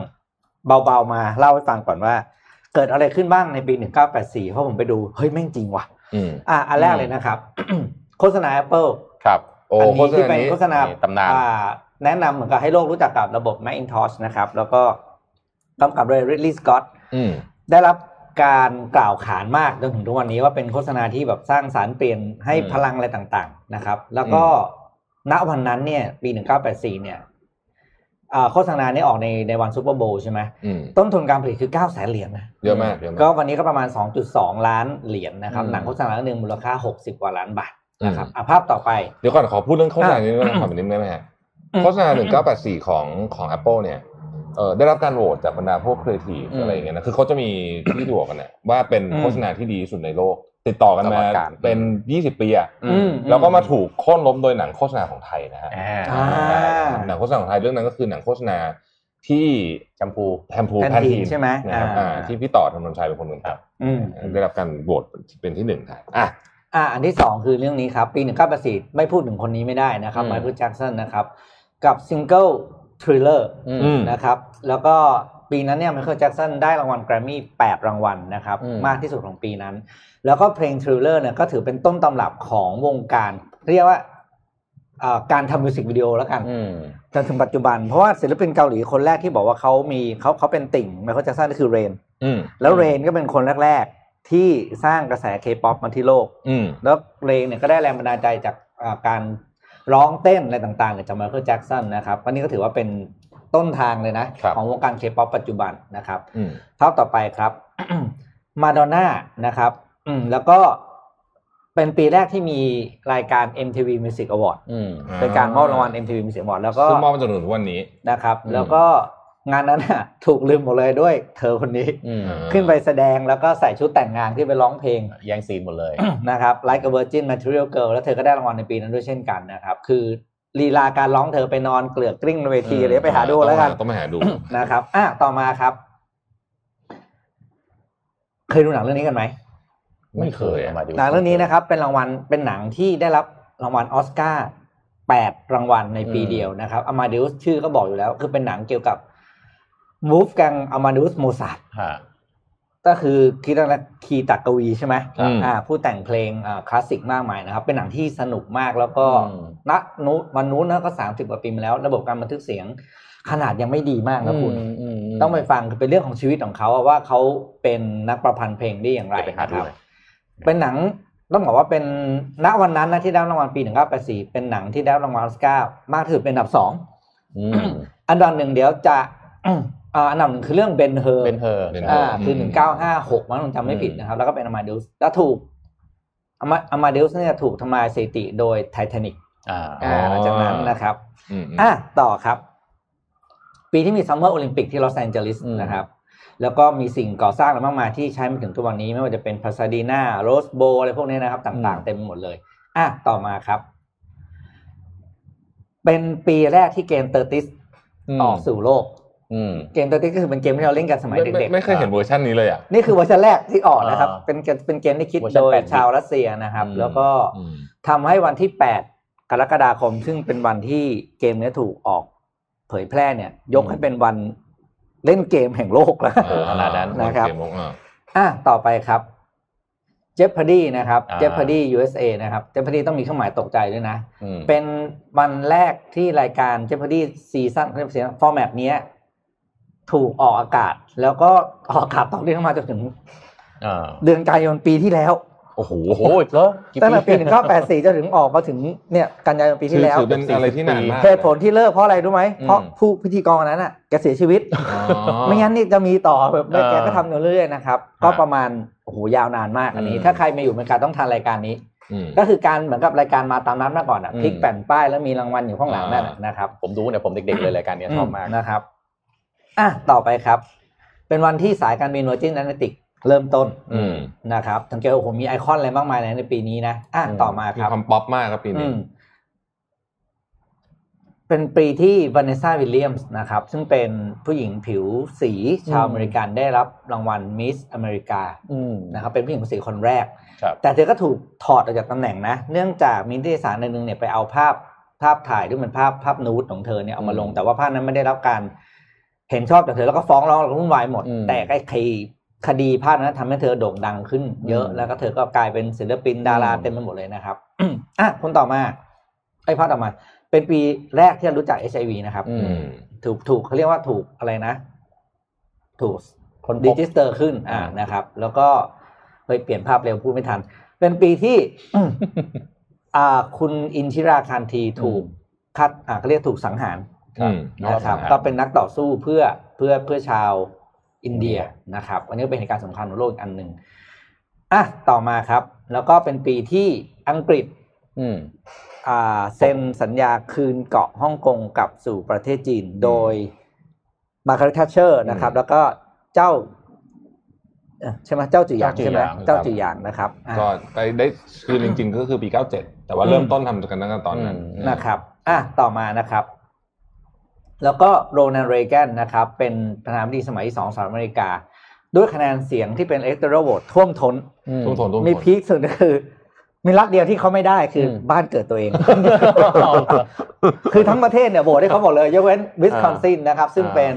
S2: เบาๆมาเล่าให้ฟังก่อนว่า เกิดอะไรขึ้นบ้างในปี 1984 เพราะผมไปดู เฮ้ยแม่งจริงว่ะ
S3: อืม
S2: อ่ะอันแรกเลยนะครับ โฆษณา Apple
S4: ครับ
S3: โอ้
S2: อัน
S3: โฆ
S2: นี้
S3: ษ
S2: ที่
S3: ณา
S2: เป็น
S3: นี้
S2: โฆษณา
S4: ในตำนาน
S2: อ่แนะนำเหมือนกับให้โลกรู้จักกับระบบ Macintosh นะครับ แล้วก็กำกับโดย Ridley Scott
S3: อืม
S2: ได้รับการกล่าวขานมากจนถึงทุกวันนี้ว่าเป็นโฆษณาที่แบบสร้างสารค์เปลี่ยนให้
S3: อืม
S2: พลังอะไรต่างๆนะครับ แล้วก็ณวันนั้นเนี่ย ปี 1984 เนี่ยอ่าโฆษณาเนี่ยออกในในวันซูเปอร์โบว์ใช่ไหม
S3: อืม
S2: ต้นทุนการผลิตคือ 9 0 0แสนเหรียญนะ
S3: เยอะมากเยอะมา
S2: ก็
S3: ก
S2: วันนี้ก็ประมาณ 2.2 ล้านเหรียญนะครับ
S3: อืม
S2: หนังโฆษณาเรื่องหนึ่งมูลค่า 60 กว่าล้านบาทนะครับ
S3: อืม
S2: อ่ะภาพต่อไป
S3: เดี๋ยวก่อนขอพูดเรื่องโฆษณานี้ด้วย
S2: อ่ะ
S3: นะขอนิดนึงได้ไหมฮะ
S2: อืม
S3: โฆษณา 1984 ของของ Apple เนี่ยเออได้รับการโหวตจากบรรดาพวกครีเอทีฟ
S4: อืม
S3: อะไรอย่างเงี้ยนะคือเขาจะมีที่ดูกันเนี่ยว่าเป็น
S2: อืม
S3: โฆษณาที่ดีที่สุดในโลก ติดต่อกัน
S4: ต
S3: มา
S4: ลอดกาล
S3: เป็น 20 ปีอะ
S4: อืม
S3: แล้วก็มาถูกโค่นล้มโดยหนังโฆษณาของไทยนะฮะ
S2: อ่า
S3: หนังโฆษณาของไทยเรื่องนั้นก็คือหนังโฆษณาที่
S4: จำพู
S3: แทมพู
S2: แทนทีนใช่ไหม
S3: นะครับ
S2: อ่า
S3: อ่าที่พี่ต่อธนนชัยเป็นคนกำกับ
S2: อืม
S3: ได้รับการโหวตเป็นที่หนึ่งครับอ่ะ
S2: อ่าอันที่สองคือเรื่องนี้ครับ ปีหนึ่งเก้าแปดสี่ไม่พูดถึงคนนี้ไม่ได้นะครับ
S4: อืม
S2: ไมเคิลแจ็กสันนะครับ กับซิงเกิลทริลเลอร์
S4: อื
S3: ม
S2: นะครับ แล้วก็ปีนั้นเนี่ยไมเคิลแจ็กสันได้รางวัลแกรมมี่แปดรางวัลนะครับ
S4: อืม
S2: มากที่สุดของปีนั้น แล้วก็เพลงทริลเลอร์เนี่ยก็ถือเป็นต้นตำรับของวงการ เรียกว่าอ่าการทำมิวสิกวิดีโอแล้วกัน
S4: อืม
S2: จนถึงปัจจุบัน เพราะว่าศิลปินเกาหลีคนแรกที่บอกว่าเขามีเขาเขาเป็นติ่งไมเคิลแจ็กสันก็คือเรน
S3: อืม
S2: แล้วเรนก็เป็นคนแรก ๆ ที่สร้างกระแสเคป๊อปมาที่โลก
S3: อืม
S2: แล้วเพลงเนี่ยก็ได้แรงบันดาลใจจากอ่าการร้องเต้นอะไรต่างๆเนี่ยจากไมเคิลแจ็กสันนะครับวันนี้ก็ถือว่าเป็นต้นทางเลยนะ
S3: ครับ
S2: ของวงการเคป๊อปปัจจุบันนะครับ
S3: อืม
S2: ภาพต่อไปครับ มาดอนน่านะครับ อืมแล้วก็เป็นปีแรกที่มีรายการ MTV Music Award
S4: อืม
S2: เป็นการมอบรางวัล MTV Music Award แล้วก็
S3: ซึ่งมอบมาจนถึงทุกวันนี้
S2: นะครับ
S4: อืม
S2: แล้วก็งานนั้นน่ะถูกลืมหมดเลยด้วยเธอคนนี้
S4: อืม
S2: ขึ้นไปแสดงแล้วก็ใส่ชุดแต่งงานที่ไปร้องเพลง
S4: แย่งซีนหมดเลย
S2: นะครับ Like a Virgin Material Girl แล้วเธอก็ได้รางวัลในปีนั้นด้วยเช่นกันนะครับ คือลีลาการร้องเธอไปนอนเกลือกกลิ้งบนเวที
S4: อืม
S2: เดี๋ยวไปหาดูแล้วกัน
S3: ต้องมาหาดู
S2: นะครับ อ่ะต่อมาครับ เคยดูหนังเรื่องนี้กันไหม
S3: ไม่เคยอะ
S4: มาดู
S2: หนังเรื่องนี้นะครับ เป็นรางวัลเป็นหนังที่ได้รับรางวัลออสการ์แปดรางวัลในปีเดียวนะครับอมาเดสชื่อก็บอกอยู่แล้ว คือเป็นหนังเกี่ยวกับมูฟกังอมาเดสโมซา
S4: ฮะ
S2: ก็คือคีตะคีตักกวีใช่ไหม
S3: อืม
S2: อ่าผู้แต่งเพลงอ่าคลาสสิกมากมายนะครับ เป็นหนังที่สนุกมากแล้วก็
S4: อืม
S2: ณนุวันนู้นนะก็สามสิบกว่าปีมาแล้ว ระบบการบันทึกเสียงขนาดยังไม่ดีมากนะคุณ
S4: มม
S2: ต้องไปฟังคือเป็นเรื่องของชีวิตของเขาอะว่าเขาเป็นนักประพันธ์เพลงได้อย่างไร
S4: เดี๋ยวไปหาดู
S2: นะครับ
S4: หน่อย
S2: เป็นหนังต้องบอกว่าเป็นณวันนั้นนะที่ได้รางวัลปีหนึ่งเก้าแปดสี่เป็นหนังที่ได้รางวัลออสการ์มากที่สุดเป็นอันดับสอง
S4: อืม
S2: อันดับหนึ่งเดี๋ยวจะ อ่าอันดับหนึ่งคือเรื่องเบนเฮอร์
S4: เป็นเธอ
S3: เป็นเธ
S2: อ่า
S3: อืม
S2: คือหนึ่งเก้าห้าหกมั้งผมจำไม่ผิดนะครับ แล้วก็เป็นอมาเด u สแล้วถูกอมาอมาเด u สเนี่ยถูกทำลายสถิติโดยไททานิก
S4: อ่า
S2: อ่าหลังจากนั้นนะครับ
S3: อืม
S2: อ่ะต่อครับ ปีที่มีซัมเมอร์โอลิมปิกที่ลอสแองเจลิส
S4: อืม
S2: นะครับ แล้วก็มีสิ่งก่อสร้างอะไรมากมายที่ใช้มาถึงทุกวันนี้ไม่ว่าจะเป็นพาซาดีนาโรสโบอะไรพวกนี้นะครับ ต่างๆ เต็มไปหมดเลย อ่ะ ต่อมาครับ เป็นปีแรกที่เกมเตอร์ติส
S4: อืม
S2: ออกสู่โลก
S4: อืม
S2: เกมเตอร์ติสก็คือเป็นเกมที่เราเล่นกันสมัย
S3: ไม่ไม่
S2: เด็กๆ
S3: ไม่เคยเห็นเวอร์ชันนี้เลยอ่ะ
S2: นี่คือเวอร์ชันแรกที่ออกนะครับ
S4: อ่า
S2: เป็นเกมเป็นเกมที่คิด
S4: เวอร์ชั
S2: โด
S4: น
S2: ย
S4: แปดบิต
S2: ชาวรัสเซียนะครับ
S4: อืม
S2: แล้วก็ทำให้วันที่ 8 กรกฎาคม ซึ่งเป็นวันที่เกมเนี้ยถูกออกเผยแพร่เนี่ย ยกให้เป็นวันเล่นเกมแห่งโลกแล้ว
S4: เออขนาดนั้น
S2: นะครับ
S3: เกมลงอ่ะ
S2: อ่ะต่อไปครับ Jeopardy นะครับ
S4: อ่า
S2: Jeopardy USA นะครับ Jeopardy ต้องมีเครื่องหมายตกใจด้วยนะ
S4: อืม
S2: เป็นวันแรกที่รายการ Jeopardy ซีซั่นเรียกว่าซีซั่นฟอร์แมตเนี้ยถูกออกอากาศ แล้วก็ออกอากาศต่อเนื่องมาจนถึง
S4: อ่า
S2: เดือนกันยายนปีที่แล้ว
S4: โอ้โหเหรอกี่
S2: ตั้งแต่ปี 1984จนถึงออกมาถึงเนี่ยกันยายนปีที่แล้ว
S3: ถือเป็นอะไรที่นานมาก
S2: เหตุผลที่เลิกเพราะอะไรรู้ไหม
S4: อืม
S2: เพราะผู้พิธีกรคนนั้นอ่ะแกเสียชีวิต ไม่งั้นนี่จะมีต่อแบบ
S4: เออ
S2: แกก็ทำอยู่เรื่อยๆนะครับ ก็ประมาณโอ้โหยาวนานมากอันนี้
S4: อืม
S2: ถ้าใครมาอยู่อเมริกาต้องทานรายการนี้
S3: อืม
S2: ก็คือการเหมือนกับรายการมาตามนัดมาก่อนอ่ะ
S4: อืม
S2: พลิกแผ่นป้ายแล้วมีรางวัลอยู่ข้างหลังนั่นน่ะนะครับ
S4: ผมดูเนี่ยผมเด็กๆเลยรายการเนี้ยชอบมาก
S2: นะครับ อ่ะ ต่อไปครับ เป็นวันที่สายการบินเวอร์จินแอตแลนติกเริ่มต้น
S3: อืม
S2: นะครับสังเกตโอ้โหมีไอคอนอะไรมากมายเลยในปีนี้นะ อ่ะ
S4: อืม
S2: ต่อมา
S3: มี
S2: ครับ
S3: ความป๊อปมากครับปี
S2: อื
S3: นี้
S2: มเป็นปีที่ว a น e ซ่าวิลเลียมส์นะครับ ซึ่งเป็นผู้หญิงผิวสีชาวอเมริกันได้รับรางวัลมิสอเมริกา
S4: อืม
S2: นะครับ เป็นผู้หญิงผิวสีคนแรก
S4: ครับ
S2: แต่เธอก็ถูกถอดออกจากตำแหน่งนะ เนื่องจากมีนิตยสารอันหนึงเนี่ยไปเอาภาพภาพถ่ายที่มันภาพภาพนูดของเธอเนี่ยเอามาลง
S4: อืม
S2: แต่ว่าภาพนั้นไม่ได้รับการเห็นชอบจากเธอแล้วก็ฟ้องร้องแล้วก็วุ่นวายหมด
S4: อืม
S2: แต่ไอ้คดีคดีภาพนั้นทำให้เธอโด่งดังขึ้น เยอะ
S4: อืม
S2: แล้วก็เธอก็กลายเป็นศิลปินดารา
S4: อืม
S2: เต็มไปหมดเลยนะครับ อ่ะคนต่อมาไอ้ภาพต่อมา เป็นปีแรกที่เรารู้จัก HIV นะครับ
S4: อื
S3: อื
S4: ม
S3: ม
S2: ถูกถูกเขาเรียกว่าถูกอะไรนะ ถูก
S4: คนพ
S2: ดิ
S4: บ
S2: จิสเตอร์ขึ้นอ่า
S4: อ่าน
S2: นะครับ แล้วก็เฮ้ยเปลี่ยนภาพเร็วพูดไม่ทัน เป็นปีที่ อ่าคุณอินชิราคานทีถูกคัดอ่าเขาเรียกถูกสังหาร
S3: อืม
S2: นะครับ
S3: ถูกสังหาร
S2: ก็เป็นนักต่อสู้เพื่อเพื่อเพื่อชาวอินเดียนะครับ อันนี้ก็เป็นเหตุการณ์สำคัญของโลกอีกอันหนึ่งอ่ะต่อมาครับ แล้วก็เป็นปีที่อังกฤษ
S4: อืม
S2: อ่าเซ็นสัญญาคืนเกาะฮ่องกงกลับสู่ประเทศจีนโดยมาคาริทัชเชอร์นะครับ แล้วก็เจ้าเอ่อใช่ไหมเจ้าจือหยาง
S4: เจ้าจือ
S2: ใช่ไหม
S4: หยาง
S2: เจ้าจือหยางนะครับอ่ะ
S3: ก็ไปได้คือจริงๆ ก็คือปี 97 แต่ว่าเริ่มต้นทำกันตั้งแต่ตอนนั้น
S4: อืม
S2: นะครับอ่ะต่อมานะครับ แล้วก็โรนัลเรแกนนะครับ เป็นประธานาธิบดีสมัยที่สองสหรัฐอเมริกา ด้วยคะแนนเสียงที่เป็นเอ็กซ์เตอร์โหวตท่วมท้น
S4: อืม
S3: ทุ่มทนทุ่มท
S2: มี
S3: น
S2: พีคสุดก็คือ มีรัฐเดียวที่เขาไม่ได้คืออ
S4: ม
S2: บ้านเกิดตัวเอง คือทั้งประเทศเนี่ยโหวตให้เขาหมดเลยยกเว้นวิสคอนซินนะครับ ซึ่ง
S4: อ่า
S2: เป็น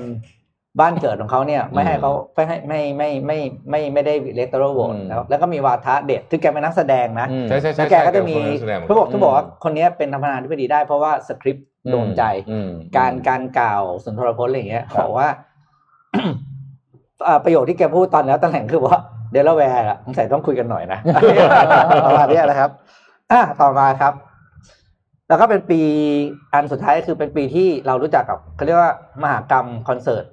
S2: บ้านเกิดของเขาเนี่ย ไม่ให้
S3: อืม
S2: เขาไม่ให้ไม่ไม่ไม่ไม่ไม่ได้เลตโตรโหวต
S4: อืม
S2: แล้วแล้วก็มีวาทะเด็ดคือแกเป็นนักแสดงนะ
S4: อืม
S3: ใช่ใช่
S2: แล้ว
S3: ใช่
S2: แกก็จะมี
S3: แกเป็นคนแสดงเหมือน
S2: เขาบ
S3: กัน
S2: อกเขาบอกว่าคนเนี้ยเป็นธรรมนาธิบดีได้เพราะว่าสคริปต์โดนใจ
S4: อืม
S2: การการกล่าวสุนทรพจน์อะไรอย่างเงี้ย
S4: ครับ
S2: บอกว่า อ่าประโยคที่แกพูดตอนแล้วตอนแหล่งคือว่าเดลาแวร์อะสงสัยต้องคุยกันหน่อยนะ ประมาณเนี้ยนะครับ อ่ะต่อมาครับ แล้วก็เป็นปีอันสุดท้ายคือเป็นปีที่เรารู้จักกับเขาเรียกว่ามหากรรมคอนเสิร์ต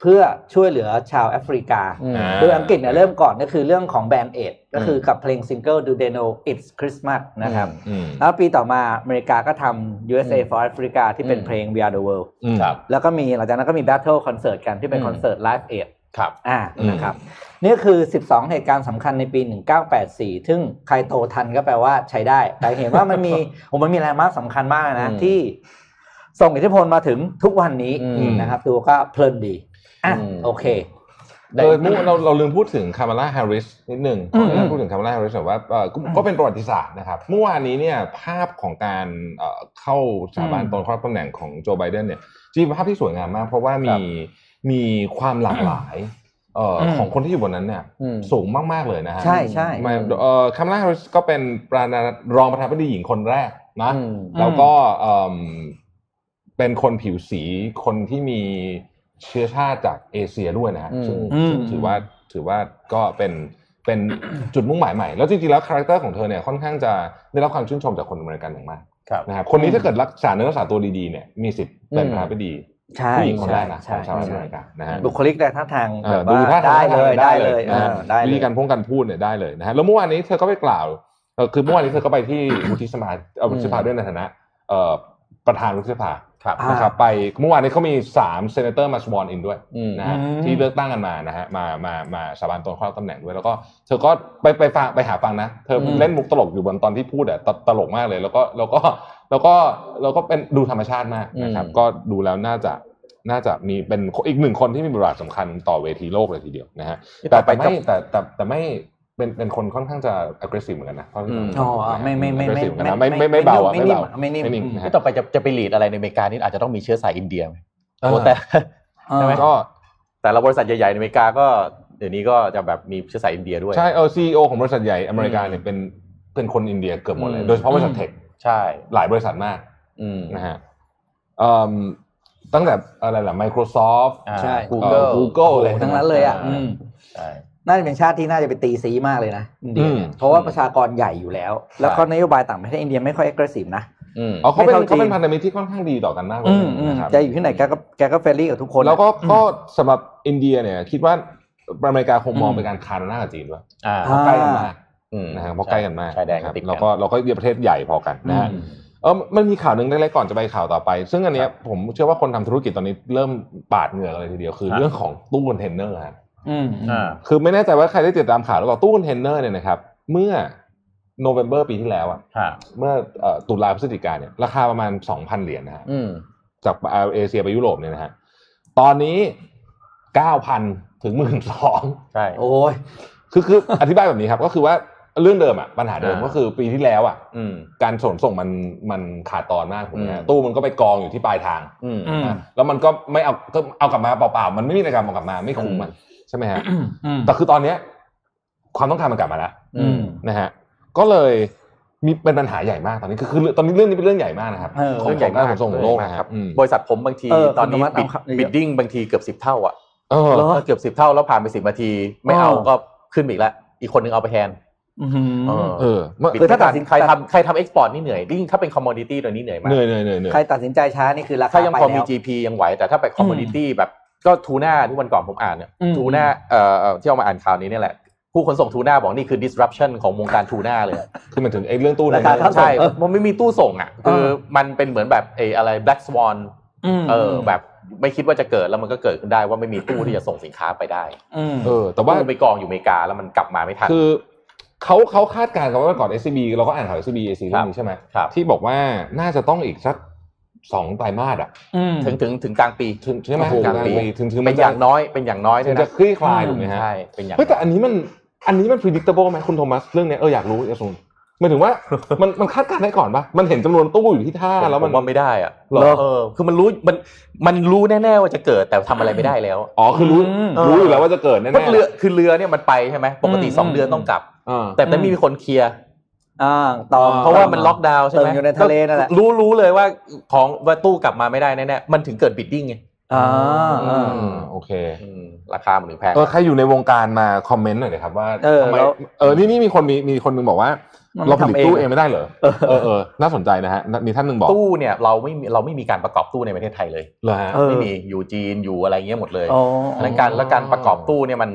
S2: เพื่อช่วยเหลือชาวแอฟริกา
S4: อืม
S2: โดยอังกฤษเนี่ยเริ่มก่อนก็คือเรื่องของแบนเอดก็คือกับเพลงซิงเกิล Do They Know It's Christmas นะครับ
S3: อืม
S2: แล้วปีต่อมาอเมริกาก็ทำ USA
S4: อืม
S2: for Africa ที่เป็น
S4: อืม
S2: เพลง We Are the World
S3: อืม
S4: ครับ
S2: แล้วก็มีหลังจากนั้นก็มี Battle Concert กันที่เป็น
S4: อืม
S2: คอนเสิร์ต Live Aid
S4: ครับ
S2: อ่า
S3: อืม
S2: นะครับ นี่คือ 12 เหตุการณ์สำคัญในปี 1984 ซึ่งใครโตทันก็แปลว่าใช้ได้ แต่เห็นว่ามันมี ผมมันมีแรงมากสำคัญมากเลยนะ
S4: อืม
S2: ที่ส่งอิทธิพลมาถึงทุกวันนี้
S4: อืม
S2: นะครับดูก็เพลินดี อ่ะ
S4: อืม
S2: โอเค
S3: เออเมื่อเราเราลืมพูดถึงคามาลาแฮร์ริสนิดหนึ่ง
S2: อืม
S3: ขออนุญาตพูดถึงคามาลาแฮร์ริสหน่อยว่าเอ่อก็ก็เป็นประวัติศาสตร์นะครับ เมื่อวานนี้เนี่ยภาพของการเอ่อเข้าสถาบัน
S2: อืม
S3: ตนครอบตำแหน่งของโจไบเดนเนี่ยจริงๆเป็นภาพที่สวยงามมาก เพราะว่ามีมีความหลากหลายเอ่ออ
S2: ม
S3: ของคนที่อยู่บนนั้นเนี่ย
S4: อืม
S3: สูงมากๆเลยนะฮะ
S2: ใช่ใช่
S3: มาเอ่อคามลาแฮร์ริสก็เป็นประธานาธิรองประธานาธิบดีหญิงคนแรกนะ
S4: อืม
S3: แล้วก็เอิ่มเป็นคนผิวสีคนที่มีเชื้อชาติจากเอเชียด้วยนะฮะ
S4: อืม
S3: ซึ่ง
S2: อืม
S3: ถือว่าถือว่าก็เป็นเป็น จุดมุ่งหมายใหม่ แล้วจริงๆแล้วคาแรคเตอร์ของเธอเนี่ยค่อนข้างจะได้รับความชื่นชมจากคนอเมริกันอย่างมาก
S4: ครับ
S3: นะครับคนนี้ถ้าเกิดรักษาเนื้อรักษาตัวดีๆเนี่ยมีสิทธิ์เป็นประธานาธิบดี
S2: ใช่
S3: ผู้หญิงคนแร
S2: ใช่
S3: กนะข
S2: ใช่
S3: องชาวอเม
S2: ใช่
S3: ริกันนะฮะ
S2: บุคลิกในท่าทาง
S3: เอ
S2: แบ
S3: อบ ดูท่า
S2: ว่า
S3: ทา
S2: ได้
S3: ง
S2: เลยได้เลย
S3: นะฮะ
S2: เออได้เลย
S3: วิธีการพ้องกันพูดเนี่ยได้เลยนะฮะแล้วเมื่อวานนี้ เธอก็ไปกล่าวเอ่อคือเมื่อวานนี้เธอก็ไปที่ วุฒิสมาเอ่อวุฒิสภาด้วยในฐานะเอ่อ ประธานรัฐสภา
S4: ครับ
S2: อ่า
S3: นะครับไปเมื่อวานนี้เขามี3เซนเตอร์มาสวอนอินด้วย
S4: อืม
S3: นะฮะ
S2: อืม
S3: ที่เลือกตั้งกันมานะฮะมามามาสาบานตนเข้ารับตำแหน่งด้วย แล้วก็เธอก็ไปไปฟังไปหาฟังนะ เธออ
S2: ม
S3: เล่นมุกตลกอยู่บนตอนที่พูดอะตตลกมากเลย แล้วก็แล้วก็แล้วก็แล้วก็เป็นดูธรรมชาติมากนะครับ
S4: อืม
S3: ก็ดูแล้วน่าจะน่าจะมีเป็นอีกหนึ่งคนที่มีบทบาทสำคัญต่อเวทีโลกเลยทีเดียวนะฮะ แต่ไปไม่แต่แต่แต่ไม่เป็นเป็นคนค่อนข้างจะ aggressive เหมือนกันนะเท่าที่
S4: อืม
S3: ผม
S2: อ๋อไม่ไม่ไม่ไม่
S3: เห็นนะ aggressive เหอนกันนะไม่ไม่ไม่เบาอะไม่เบา
S2: ไม่นิ่ม
S3: ไม่
S2: ไม่
S3: นิ่
S2: นิ่ม
S3: งนะ
S4: ไม่
S3: ฮะ
S4: ต่อไปจะจะไปลีดอะไรในอเมริกานี่อาจจะต้องมีเชื้อสายอินเดียไหม
S3: เออ
S4: โอ้แต่
S2: เออ
S4: ใช่ไหม
S3: ก็
S4: แต่ละบริษัทใหญ่ๆในอเมริกาก็เดี๋ยวนี้ก็จะแบบมีเชื้อสายอินเดียด้วย
S3: ใช่เออซีอของบริษัทใหญ่อเมริกาเนี่ยเป็นเป็นคนอินเดียเกือบหมดเลย
S4: อืม
S3: โดยเฉพาะบริษัทเทค
S4: ใช่
S3: หลายบริษัทมาก
S4: อืม
S3: นะฮะเอิ่มตั้งแต่อะไรล่ะ Microsoft
S4: อ่า
S2: ใช่
S3: เอ่
S4: Google
S3: อ Google อะไร
S2: ทั้งนั้นเลยอ่ะอืม
S4: ใช่
S2: น่าจะเป็นชาติที่น่าจะไปตีซีมากเลยนะอินเดียเนี่ย
S3: อืม
S2: เพราะว่าประชากรใหญ่อยู่แล้ว แล้วก็นโยบายต่างประเทศอินเดียไม่ค่อย aggressive นะ
S4: อืม
S3: อ๋อเขาเป็น
S2: ไม่เท่าจีน
S3: เขาเป็นพันธมิตรที่ค่อนข้างดีต่อกันมากเลย
S2: อืมอืม
S3: นะครับ
S2: จะอยู่ที่ไหนแกก็แกก็เฟรนลี่กับทุกคน
S3: แล้วก็ก็สำหรับอินเดียเนี่ย คิดว่าอเมริกาคงมอง
S2: อืม
S3: เป็นการคานหน้ากับจีนด้วย
S4: อ่า
S3: เพราะใกล้กันมาก
S4: อืม
S3: นะครับเพราะใกล้กันมาก
S4: ชายแดน
S3: ครับ
S4: ติด
S3: แล้วน
S4: กั
S3: ก็เราก็เยประเทศใหญ่พอกันนะฮะ
S4: อืม
S3: เออมันมีข่าวหนึ่งเล็กๆก่อนจะไปข่าวต่อไป ซึ่งอันเนี้ยผมเชื่อว่าคนทำธุรกิจตอนนี้เริ่มปาดเหงื่อกันเลยทีเดียวคือ
S4: ครับ
S3: เรื่องของตู้คอนเทนเนอร์ฮะ
S2: อืม
S4: อ่า
S3: คือไม่แน่ใจว่าใครได้ติดตามข่าวหรือเปล่าตู้คอนเทนเนอร์เนี่ยนะครับเมื่อโนเวม ber ปีที่แล้วอะ
S4: ค่ะ
S3: เมื่อเอ่อตุลาพฤศจิกาเนี่ยราคาประมาณ 2,000 เหรียญนะฮะ
S4: อืม
S3: จากเอเชียไปยุโรปเนี่ยนะฮะตอนนี้ 9,000 ถึง 12,000
S4: ใช่
S2: โอ้ย
S3: คือคือ อธิบายแบบนี้ครับก็คือว่าเรื่องเดิมอ่ะปัญหาเดิม
S4: อ่า
S3: ก็คือปีที่แล้วอ่ะ
S4: อืม
S3: การส่งส่งมันมันขาดตอนมากผม
S4: อื
S3: นะ
S4: ม
S3: ตู้มันก็ไปกองอยู่ที่ปลายทาง
S4: อืม
S2: อืม
S3: นะแล้วมันก็ไม่เอาก็เอากลับมาเปล่าๆมันไม่มีในการเอากลับมาไม่คุ้มมันใช่ไหมฮะ
S2: อืม
S3: แต่คือตอนเนี้ย ความต้องการมันกลับมาแล้ว
S2: อืม
S3: นะฮะก็เลยมีเป็นปัญหาใหญ่มากตอนนี้คือคือตอนนี้เรื่องนี้เป็นเรื่องใหญ่มากนะครับ
S2: เออ
S3: ของ
S4: เรื่องใหญ่มาก
S3: ขนส่งของโลกนะค
S4: ค
S3: รั
S4: รั
S3: บบ อืม
S4: บริษัทผมบางที
S2: เออ
S4: ตอนนี้
S2: คุณธรรมะ
S4: บิด
S2: เอาครับเยอะๆ
S4: บิดดิ้งบางทีเกือบสิบเท่าอ่ะ
S3: เออ
S2: หร
S4: เกือบสิบเท่าแล้วผ่านไปสิบนาที ไม่เอาก็ขึ้นไปอีกแล้วอีกคนนึงเอาไปแทน
S2: อื้อหือ
S4: เออ
S3: เออเมื่อ
S4: บิด
S2: คือถ้าตัดสิน
S4: ใครทำใครทำเอ็กซ์พอร์ตนี่เหนื่อยยิ่งถ้าเป็นคอมมอดิตี้ตัวนี้เหนื่อยมาก
S3: เหนื่อยเหนื่อยเหนื่อยเหนื่อย
S2: ใครตัดสินใจช้านี่คือราคา
S4: ถ้ายัง
S2: ไป
S4: พอมี
S2: แล้ว
S4: GP ยังไหว แต่ถ้าไปคอมมูนิตี้แบบก็ทูน่าที่วันก่อนผมอ่านเนี่ย
S2: อืม
S4: ทูน่าเอ่อเอ่อที่เอามาอ่านข่าวนี้เนี่ยแหละ ผู้ขนส่งทูน่าบอกนี่คือ disruption ของวงการทูน่าเลย
S3: คือมันถึงไอ้เรื่องตู้
S2: ราคาข้าว
S3: เย
S4: ใช่มันไม่มีตู้ส่งอ่ะ คือมันเป็นเหมือนแบบไอ้อะไร black swan
S2: ม
S4: เออแบบไม่คิดว่าจะเกิดแล้วมันก็เกิดขึ้นได้ว่าไม่มีตู้ที่จะส่งสินค้าไปได้
S2: อืม
S3: เออแต่ว่า
S4: ตู้ไปกองอยู่อเมริกาแล้วมันกลับมาไม่ทัน
S3: คือเขาเขาคาดการณ์กันว่าก่อน SCB เราก็อ่านข่าว SCB AC เรื่องนี้ใช่ไหม
S4: ครับ
S3: ที่บอกว่าน่าจะต้องอีกสักสองไตรมาสอ่ะ
S4: ถึงถึงถึงกลางปี
S3: ถึงใช่ไหม
S4: ถึงกลางปี
S3: ถึงถึงมั
S4: เป็น น
S3: จะ
S4: อย่างน้อยเป็นอย่างน้อย
S3: ถึง
S4: เนี่ย
S3: จะ
S4: นะ
S3: คลี่คลายถูกไหมฮะ
S4: ใช่เป็นอย่าง
S3: เฮ้ยแต่อันนี้มันอันนี้มัน predictable ไหมคุณโทมัสเรื่องเนี้ยเอออยากรู้อยากรู้หมายถึง ว่า มันมันคาดการณ์ได้ก่อนปะมันเห็นจำนวนตู้อยู่ที่ท่าแล้วมัน
S4: ผว่าไม่ได้อ่ะ
S3: เหรอ
S4: เออคือมันรู้มันมันรู้แน่ๆว่าจะเกิดแต่ทำอะไรไม่ได้แล้ว
S3: อ๋อคือรู้
S2: อืม
S3: รู้อยู่แล้วว่าจะเกิดแน่
S4: เพราะ
S3: ๆ
S4: เรือคือเรือเนี่ยมันไปใช่ไหมปกติ
S2: อืม
S4: สองเดือน
S2: อืม
S4: ต้องกลับ
S3: อ่า
S4: แต่แต่ไม่มีคนเคลียร์
S2: อ่าต่อ
S4: เพราะว่ามันล็อกดาวน์ใช่ไหม
S2: เติมอยู่ในทะเลนั่นแหละ
S4: รู้รู้เลยว่าของว่าตู้กลับมาไม่ได้แน่ๆมันถึงเกิดบิดดิ้งไง
S2: อ่าอ่า
S3: อืมโอเค
S4: อืมราคามันถึงแพง
S3: เออใครอยู่ในวงการมาคอมเมนต์หน่อยนะครับว่า
S2: เออ
S3: ทำไม
S2: แล้ว
S3: เออนี่นี่มีคนมีมีคนหนึงบอกว่า
S2: มัน
S3: เราผลิ
S2: ทำ
S3: ต
S2: เอง
S3: ตู้
S2: อะ
S3: เองไม่ได้เหรอเออเออน่าสนใจนะฮะมีท่านหนึ่งบอก
S4: ตู้เนี่ยเราไม่มีเราไม่มีการประกอบตู้ในประเทศไทยเลย
S3: เหรอฮะ
S2: เออ
S4: ไม่มีอยู่จีนอยู่อะไรเงี้ยหมดเลย
S2: อ๋อ
S4: อันนั้นการและการประกอบตู้เนี่ยมัน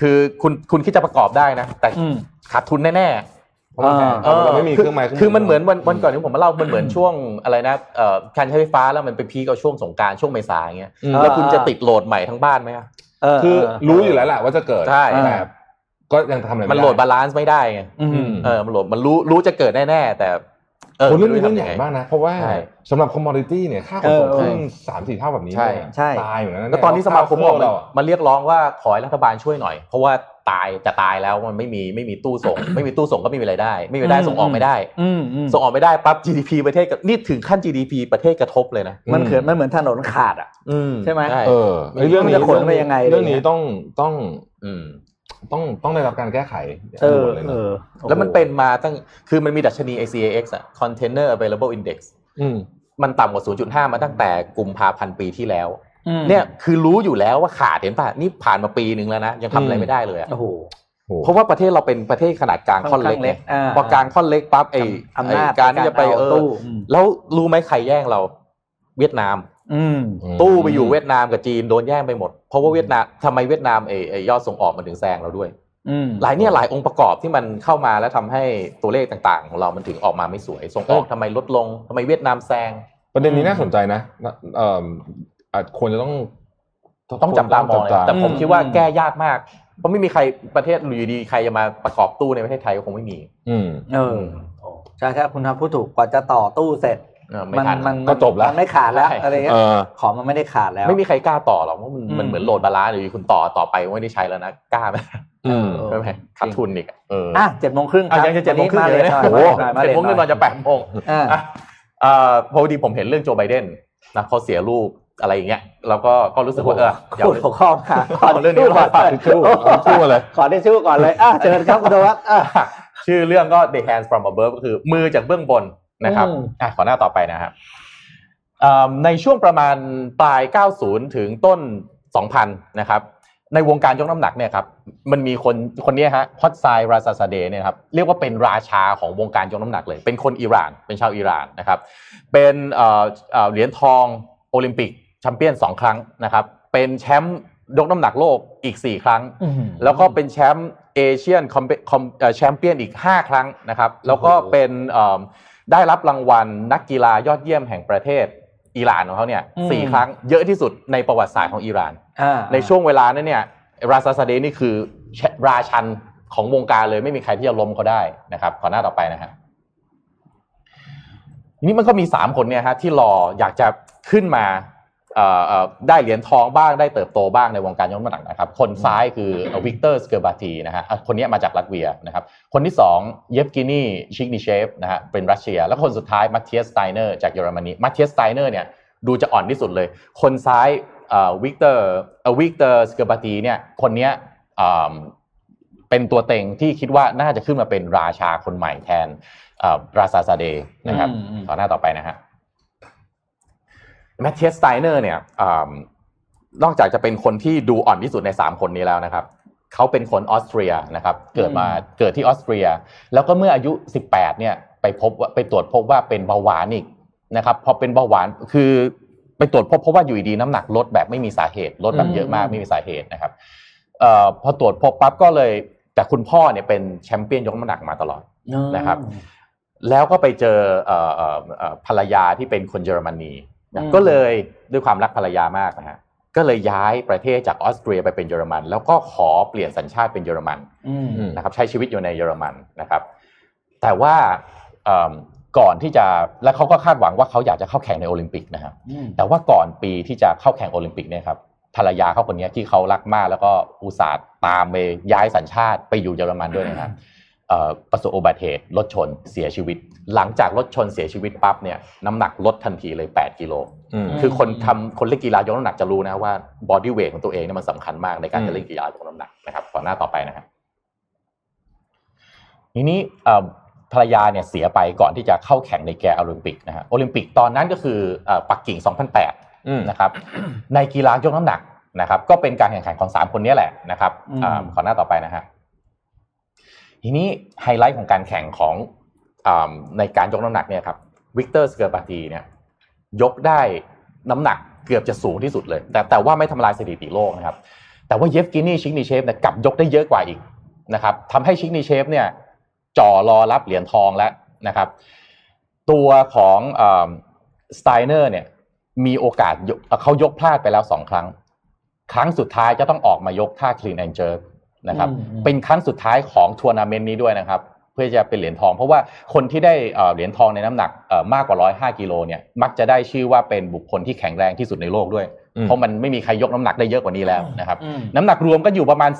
S4: คือคุณคุณคิดจะประกอบได้นะ แต่
S2: อืม
S4: ขาดทุนแน่ๆ
S3: เพราะมันแพง
S2: เออ
S3: เราไม่มีเครื่องไม้
S4: คือคือมันเหมือนวันวันก่อนที่ผมมาเล่ามันเหมือนช่วงอะไรนะเอ่อการใช้ไฟฟ้าแล้วมันไปพีกเอาช่วงสงกรารช่วงเมษาอย่างเงี้ย
S3: อืม
S2: เออ
S4: แล้วคุณจะติดโหลดใหม่ทั้งบ้านไหมอะ
S2: เเ
S3: คือรู้อยู่แล้วแหละว่าจะเกิด
S4: ใช่
S3: แต่ก็ยังทำอะไร
S4: มัน
S3: ไม่
S4: โหลด
S3: ได้
S4: บาลานซ์ไม่ได้ไง
S2: อืม
S4: เออมันโหลดมันรู้รู้จะเกิดแน่ๆแต่เออ
S3: โอ้เรื่องนี้
S4: ไม่
S3: เรื่อง
S4: รู้
S3: ใหญ่
S4: จะทำยังไง
S3: มากนะ เพราะว่า
S4: ใช่
S3: สำหรับคอมมอดิตี้เนี่ยค่าขนส่ง
S2: เออ
S3: ขึ้นสามสี่เท่าแบบนี้
S4: ใช่
S3: เนี่ย
S2: ใช่
S3: ตายเหมือนกันนะ
S4: แล้วตอนนี้สมาคมบอก
S3: เราอะ
S4: มันเรียกร้องว่าขอให้รัฐบาลช่วยหน่อย เพราะว่าตายจะตายแล้วมันไม่มีไม่มีตู้ส่ง ไม่มีตู้ส่งก็ไม่มีรายได้ ไม่มีรายได้ส่งออกไม่ได้
S2: อืมอืม
S4: ส่งออกไม่ได้ปั๊บ GDP ประเทศก็นี่ถึงขั้น GDP ประเทศกระทบเลยนะ
S2: มันเขินมันเหมือนถนนขาดอ่ะ
S4: อืม
S2: ใช่ไหม
S4: ใช่
S3: เออไอ้เรื่องนี้
S2: มันจะขนไปยังไง
S3: เรื่องนี้
S2: เนี่ย
S3: ต้องต้อง
S4: อืม
S3: ต้องต้องได้รับการแก้ไข
S2: เออ
S3: ด่วนเลย
S2: เอ
S3: นะ
S2: อ
S4: แล้วมันเป็นมาตั้ง คือมันมีดัชนี ACAX อะ Container Available Index
S3: ม
S4: มันต่ำกว่า 0.5 มาตั้งแต่กุมภาพันธ์ปีที่แล้ว
S2: อืม
S4: เนี่ย คือรู้อยู่แล้วว่าขาดเห็นป่ะ นี่ผ่านมาปีหนึ่งแล้วนะ ยังทำอะไรไม่ได้เลยอะ
S2: โอ้โห
S3: โอ้โห
S4: เพราะว่าประเทศเราเป็นประเทศขนาดกลางค่อนเล็ก
S2: ค่อนข้างเล็ก
S4: เนี่ย
S2: อ่า
S4: พอกลางค่อนเล็กปั๊บไอ้
S2: อำนาจ
S4: ไอ้การที่จะไป
S2: เอ
S4: เออ
S2: ตู้ม
S4: แล้วรู้ไหมใครแย่งเรา เวียดนาม
S2: อืม
S4: ตู้ไปอยู่เวียดนามกับจีนโดนแย่งไปหมด เพราะว่าเวียดนามทำไมเวียดนามไอ้ไอ้ยอดส่งออกมันถึงแซงเราด้วย
S2: อืม
S4: หลายเนี่ยหลายองค์ประกอบที่มันเข้ามาแล้วทำให้ตัวเลขต่างๆ ของเรามันถึงออกมาไม่สวยส่งออกทำไมลดลงทำไมเวียดนามแซง
S3: ประเด็นนี้น่าสนใจนะนะเอ่ออาจควรจะต้อง
S4: ต้องจับตามองเลย
S3: จับ
S4: แต่ผม
S2: อืม
S4: คิดว่า
S2: อืม
S4: แก้ยากมาก เพราะไม่มีใครประเทศอยู่ดีๆใครจะมาประกอบตู้ในประเทศไทยก็คงไม่มี
S3: อืม
S2: เออใช่ใช่คุณทำพูดถูกกว่าจะต่อตู้เสร็จ
S4: เออไม่
S2: มัน
S4: ทัน
S2: มัน
S3: ก็จบแล้ว
S2: มันไม่ขาดแล้ว
S4: ใช่
S2: อะไรเงี้
S3: เอย อ
S2: ของมันไม่ได้ขาดแล้ว
S4: ไม่มีใครกล้าต่อหรอกเพราะมัน
S2: อืม
S4: มันเหมือนโหลดบาลานซ์อยู่ดีคุณต่อต่อไปไม่ได้ใช้แล้วนะกล้าไหม
S3: อืม
S4: ใช่ไหมขาดทุนอีกอะเออ
S2: อ่ะเจ็ดโมงครึ่ง
S4: อ่ะยังจะเจ็ดโมงครึ่ง
S2: มา
S4: อยู่
S2: เล
S4: เลย ย
S2: หน่
S4: นะ
S2: อย
S4: โอ้โห
S2: มาเลย
S4: เจ็
S2: ห
S4: ดโมง
S2: น่อย
S4: หนึ่งนอนจะแปดโมง
S2: อ่ะ
S4: อ่ะเอ่อพอดีผมเห็นเรื่องโจไบเดนนะเขาเสียลูกอะไรอย่างเงี้ยแล้วก็ก็รู้สึกว่าเอออยาก
S2: พูดหัวข้อมาก่อน
S4: เรื่องนี้ก่อน
S3: ทิชชู่เอาทิชชู่มาเลย
S2: ขอได้ชื่อก่อนเลยอ่ะเชิญครับคุณโดวัตอ่ะ
S4: ชื่อเรื่องก็ The Hands from Above ก็คือมือจากเบื้องบนนะครับ
S2: อืม
S4: อ่ะขอหน้าต่อไปนะครับเอ่อในช่วงประมาณปลาย 90 ถึงต้น 2000 นะครับ ในวงการยกน้ำหนักเนี่ยครับมันมีคนคนเนี้ยฮะฮอตไซราซาซาเดเนี่ยครับเรียกว่าเป็นราชาของวงการยกน้ำหนักเลย เป็นคนอิหร่าน เป็นชาวอิหร่านนะครับ เป็นเอ่อเอ่อเหรียญทองโอลิมปิกแชมเปี้ยนสองครั้งนะครับ เป็นแชมป์ยกน้ำหนักโลกอีก 4 ครั้ง แล้วก็เป็นแชมป์เอเชียนคอมแชมเปี้ยนอีก 5 ครั้งนะครับ แล้วก็เป็นเอิ่มได้รับรางวัลนักกีฬายอดเยี่ยมแห่งประเทศอิหร่านของเขาเนี่ย
S2: อืม
S4: สี่ครั้งเยอะที่สุดในประวัติศาสตร์ของอิหร่าน
S2: อ่ะ
S4: ในช่วงเวลานั้นเนี่ยราซาซาเดนี่คือราชันของวงการเลยไม่มีใครที่จะล้มเขาได้นะครับ ขอหน้าต่อไปนะครับทีนี้มันก็มีสามคนเนี่ยฮะที่รออยากจะขึ้นมาเอ่อเอ่อได้เหรียญทองบ้างได้เติบโตบ้างในวงการยกน้ำหนักนะครับ คนซ้ายคือวิกเตอร์สเกอร์บาทีนะฮะอ่ะคนเนี้ยมาจากลัตเวียนะครับ คนที่สองเยฟกินีชิกนิเชฟนะฮะเป็นรัสเซีย แล้วคนสุดท้ายมาเทียสไตเนอร์จากเยอรมนีมาเทียสไตเนอร์เนี่ย ดูจะอ่อนที่สุดเลย คนซ้ายวิกเตอร์วิกเตอร์สเกอร์บาตีเนี่ยคนเนี้ยเอ่อเป็นตัวเต็งที่คิดว่าน่าจะขึ้นมาเป็นราชาคนใหม่แทนเอ่อราซาซาเดย์นะครับ
S2: อืมอืม
S4: ต่อหน้าต่อไปนะฮะแมทเทียสไตเนอร์เนี่ยเออนอกจากจะเป็นคนที่ดูอ่อนที่สุดใน 3 คนนี้แล้วนะครับ เขาเป็นคนออสเตรียนะครับ เกิดมาเกิดที่ออสเตรีย แล้วก็เมื่ออายุ 18 เนี่ยไปพบว่าไปตรวจพบว่าเป็นเบาหวานอีกนะครับพอเป็นเบาหวานคือไปตรวจพบเพราะว่าอยู่ดีๆน้ำหนักลดแบบไม่มีสาเหตุลดแบบเยอะมากไม่มีสาเหตุนะครับเอ่อพอตรวจพบปั๊บก็เลยแต่คุณพ่อเนี่ยเป็นแชมเปี้ยนยกน้ำหนักมาตลอด นะครับ แล้วก็ไปเจอเอ่อเอ่อเอ่อภรรยาที่เป็นคนเยอรมนีนะ
S2: อืม
S4: ก็เลยด้วยความรักภรรยามากนะฮะก็เลยย้ายประเทศจากออสเตรียไปเป็นเยอรมัน แล้วก็ขอเปลี่ยนสัญชาติเป็นเยอรมัน
S2: อืม
S3: อืม
S4: นะครับใช้ชีวิตอยู่ในเยอรมันนะครับ แต่ว่าเอิ่มก่อนที่จะแล้วเขาก็คาดหวังว่าเขาอยากจะเข้าแข่งในโอลิมปิกนะครับ แต่ว่าก่อนปีที่จะเข้าแข่งโอลิมปิกเนี่ยครับภรรยาเขาคนเนี้ยที่เขารักมากแล้วก็อุตส่าห์ตามไปย้ายสัญชาติไปอยู่เยอรมันด้วยนะครับเอ่อประสบอุบัติเหตุรถชนเสียชีวิต หลังจากรถชนเสียชีวิตปั๊บเนี่ยน้ำหนักลดทันทีเลย 8กิโล
S3: อืม
S4: คือคนทำคนเล่นกีฬายกน้ำหนักจะรู้นะว่าบอดี้เวทของตัวเองเนี่ยมันสำคัญมากในการ
S3: อืม
S4: จะเล่นกีฬายกน้ำหนักนะครับ ขอหน้าต่อไปนะครับทีนี้เอ่อภรรยาเนี่ยเสียไปก่อนที่จะเข้าแข่งในแกโอลิมปิกนะฮะโอลิมปิกตอนนั้นก็คือเอ่อปักกิ่ง 2008
S3: อืม
S4: นะครับ ในกีฬายกน้ำหนักนะครับ ก็เป็นการแข่งขันของ 3 คนนี้แหละนะครับ
S2: อืม
S4: อ่าขอหน้าต่อไปนะฮะทีนี้ไฮไลท์ของการแข่งของอ่าในการยกน้ำหนักเนี่ยครับวิกเตอร์สเกอร์ปาตีเนี่ยยกได้น้ำหนักเกือบจะสูงที่สุดเลย แต่แต่ว่าไม่ทำลายสถิติโลกนะครับ แต่ว่าเยฟกินี่ชิกนีเชฟเนี่ยกลับยกได้เยอะกว่าอีกนะครับทำให้ชิกนีเชฟเนี่ยจ่อรอรับเหรียญทองแล้วนะครับ ตัวของสไตเนอร์เนี่ยมีโอกาสยกเอ่อเขายกพลาดไปแล้วสองครั้ง ครั้งสุดท้ายจะต้องออกมายกท่า clean and jerk นะครับ
S2: อืมอืม
S4: เป็นครั้งสุดท้ายของทัวร์นาเมนต์นี้ด้วยนะครับ เพื่อจะเป็นเหรียญทอง เพราะว่าคนที่ได้เอ่อเหรียญทองในน้ำหนักเอ่อมากกว่า 105กิโลเนี่ยมักจะได้ชื่อว่าเป็นบุคคลที่แข็งแรงที่สุดในโลกด้วย
S3: อืม
S4: เพราะมันไม่มีใครยกน้ำหนักได้เยอะกว่านี้แล้วนะครับ
S2: อืม
S4: น้ำหนักรวมก็อยู่ประมาณ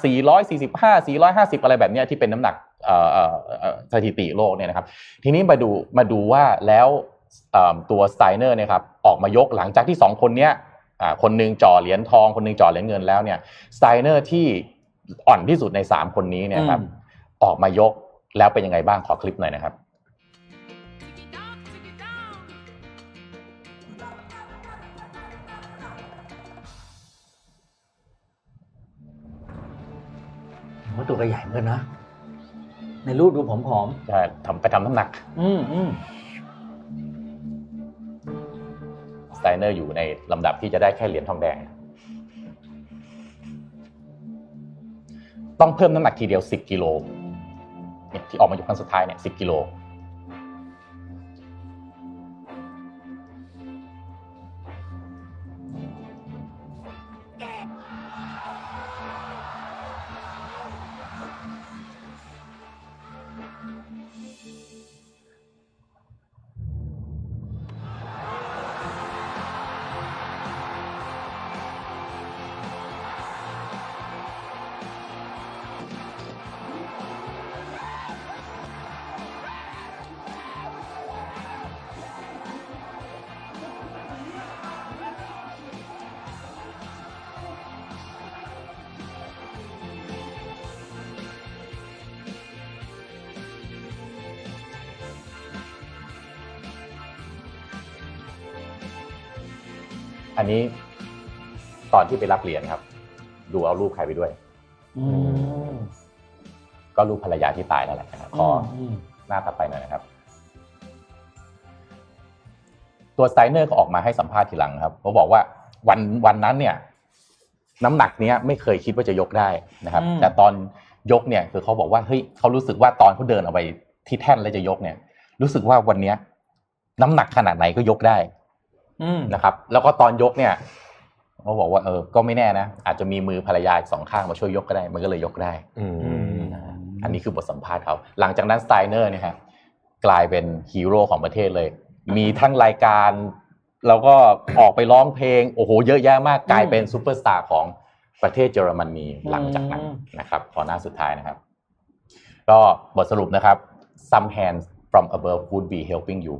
S4: 445 450 อะไรแบบเนี้ยที่เป็นน้ำหนักเอ่อเอ่อเอ่อสถิติโลกเนี่ยนะครับ ทีนี้มาดูมาดูว่าแล้วเอิ่มตัวสไตเนอร์เนี่ยครับออกมายกหลังจากที่ 2 คนเนี้ยอ่าคนหนึ่งจ่อเหรียญทอง คนหนึ่งจ่อเหรียญเงินแล้วเนี่ยสไตเนอร์ที่อ่อนที่สุดใน 3 คนนี้เนี่ยครับ
S2: อืม
S4: ออกมายกแล้วเป็นยังไงบ้างขอคลิปหน่อยนะครับ
S2: ผมว่าตัวก็ใหญ่เหมือนกันนะ ในรูปดูผอม
S4: ใช่ทำไปทำน้ำหนัก
S2: ๆอืมอืม
S4: สไตเนอร์อยู่ในลำดับที่จะได้แค่เหรียญทองแดง ต้องเพิ่มน้ำหนักทีเดียว 10 กิโลเนี่ยที่ออกมาอยู่ครั้งสุดท้ายเนี่ย 10 กิโล อันนี้ตอนที่ไปรับเหรียญครับ ดูเอารูปใครไปด้วย
S2: อืม
S4: ก็รูปภรรยาที่ตายนั่นแหละนะครับขอ
S2: ม
S4: หน้าถัดไปหน่อยนะครับ ตัวสไตเนอร์ก็ออกมาให้สัมภาษณ์ทีหลังครับเขาบอกว่าวันวันนั้นเนี่ย น้ำหนักเนี้ยไม่เคยคิดว่าจะยกได้นะครับ แต่ตอนยกเนี่ยคือเขาบอกว่าเฮ้ยเขารู้สึกว่าตอนเขาเดินเอาไปที่แท่นแล้วจะยกเนี่ย รู้สึกว่าวันเนี้ย น้ำหนักขนาดไหนก็ยกได้
S2: อืม
S4: นะครับ แล้วก็ตอนยกเนี่ยเขาบอกว่าเออก็ไม่แน่นะอาจจะมีมือภรรยาอีกสองข้างมาช่วยยกก็ได้ มันก็เลยยกได้
S3: อืม
S4: นะฮะอันนี้คือบทสัมภาษณ์เขาหลังจากนั้นสไตเนอร์เนี่ยฮะกลายเป็นฮีโร่ของประเทศเลย มีทั้งรายการ แล้วก็ออกไปร้องเพลง โอ้โห เยอะแยะมากกลายเป็นซูเปอร์สตาร์ของประเทศเยอรมนีหลังจากนั้นนะครับ ขอหน้าสุดท้ายนะครับ ก็บทสรุปนะครับ some hands from above would be helping you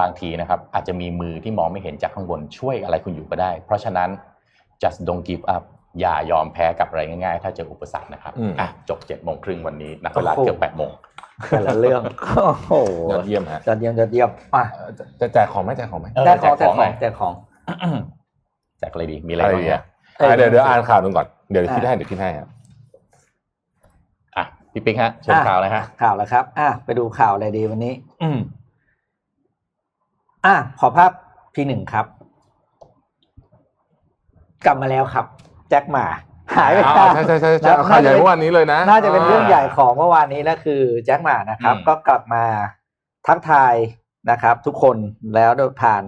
S4: บางทีนะครับ อาจจะมีมือที่มองไม่เห็นจากข้างบนช่วยอะไรคุณอยู่ก็ได้ เพราะฉะนั้น just don't give up อย่ายอมแพ้กับอะไรง่ายๆ ถ้าเจออุปสรรคนะครับ
S3: อืม
S4: อ่ะจบ7จ็ดโมงครึ่งวันนี้นักเวลาเกือบ8ปดโมง
S2: แต่ละเรื่อง โอ้โห
S3: ยอดเยี่ยมฮะ
S2: ยอดเยี่ยมยอดเยี่ยมอ่ะ
S3: เอ่อจะจะแจกของไหมแจกของไหม
S4: เออ
S2: แจกของแจกขอ
S4: หน่
S2: ง
S4: ย
S2: แจกของ
S4: แจกอะไรดี มีอะไร
S3: อะไร
S4: บ้าง
S3: ดี
S4: เนี่ย
S3: อะ อ่ะเดี๋ยวเดี๋ยวอ่านข่าวหนึ่งก่อนเดี๋ยวคิด
S2: อ่ะ
S3: ให้เดี๋ยวคิดให้ครับ
S4: อ่ะพี่ปิ๊กฮะเชิญข่าวเลยฮะ
S2: ข่าวแล้วครับ อ่ะไปดูข่าวอะไรดีวันนี้ อืมอ่ะขอภาพพี่หนึ่งครับ กลับมาแล้วครับ แจ็คหมาหายไป
S3: อ่
S2: นาน
S3: ใช่ใช่ใช่ใช่
S2: แล้ว
S3: ข่าวใหญ่เมื่อวานนี้เลยนะ
S2: น่าจะเป็นเรื่องใหญ่
S3: า
S2: ของเมื่อวานนี้และคือแจ็คหมานะครับ
S4: อืม
S2: ก็กลับมาทักทายนะครับ ทุกคนแล้วโดยผ่าน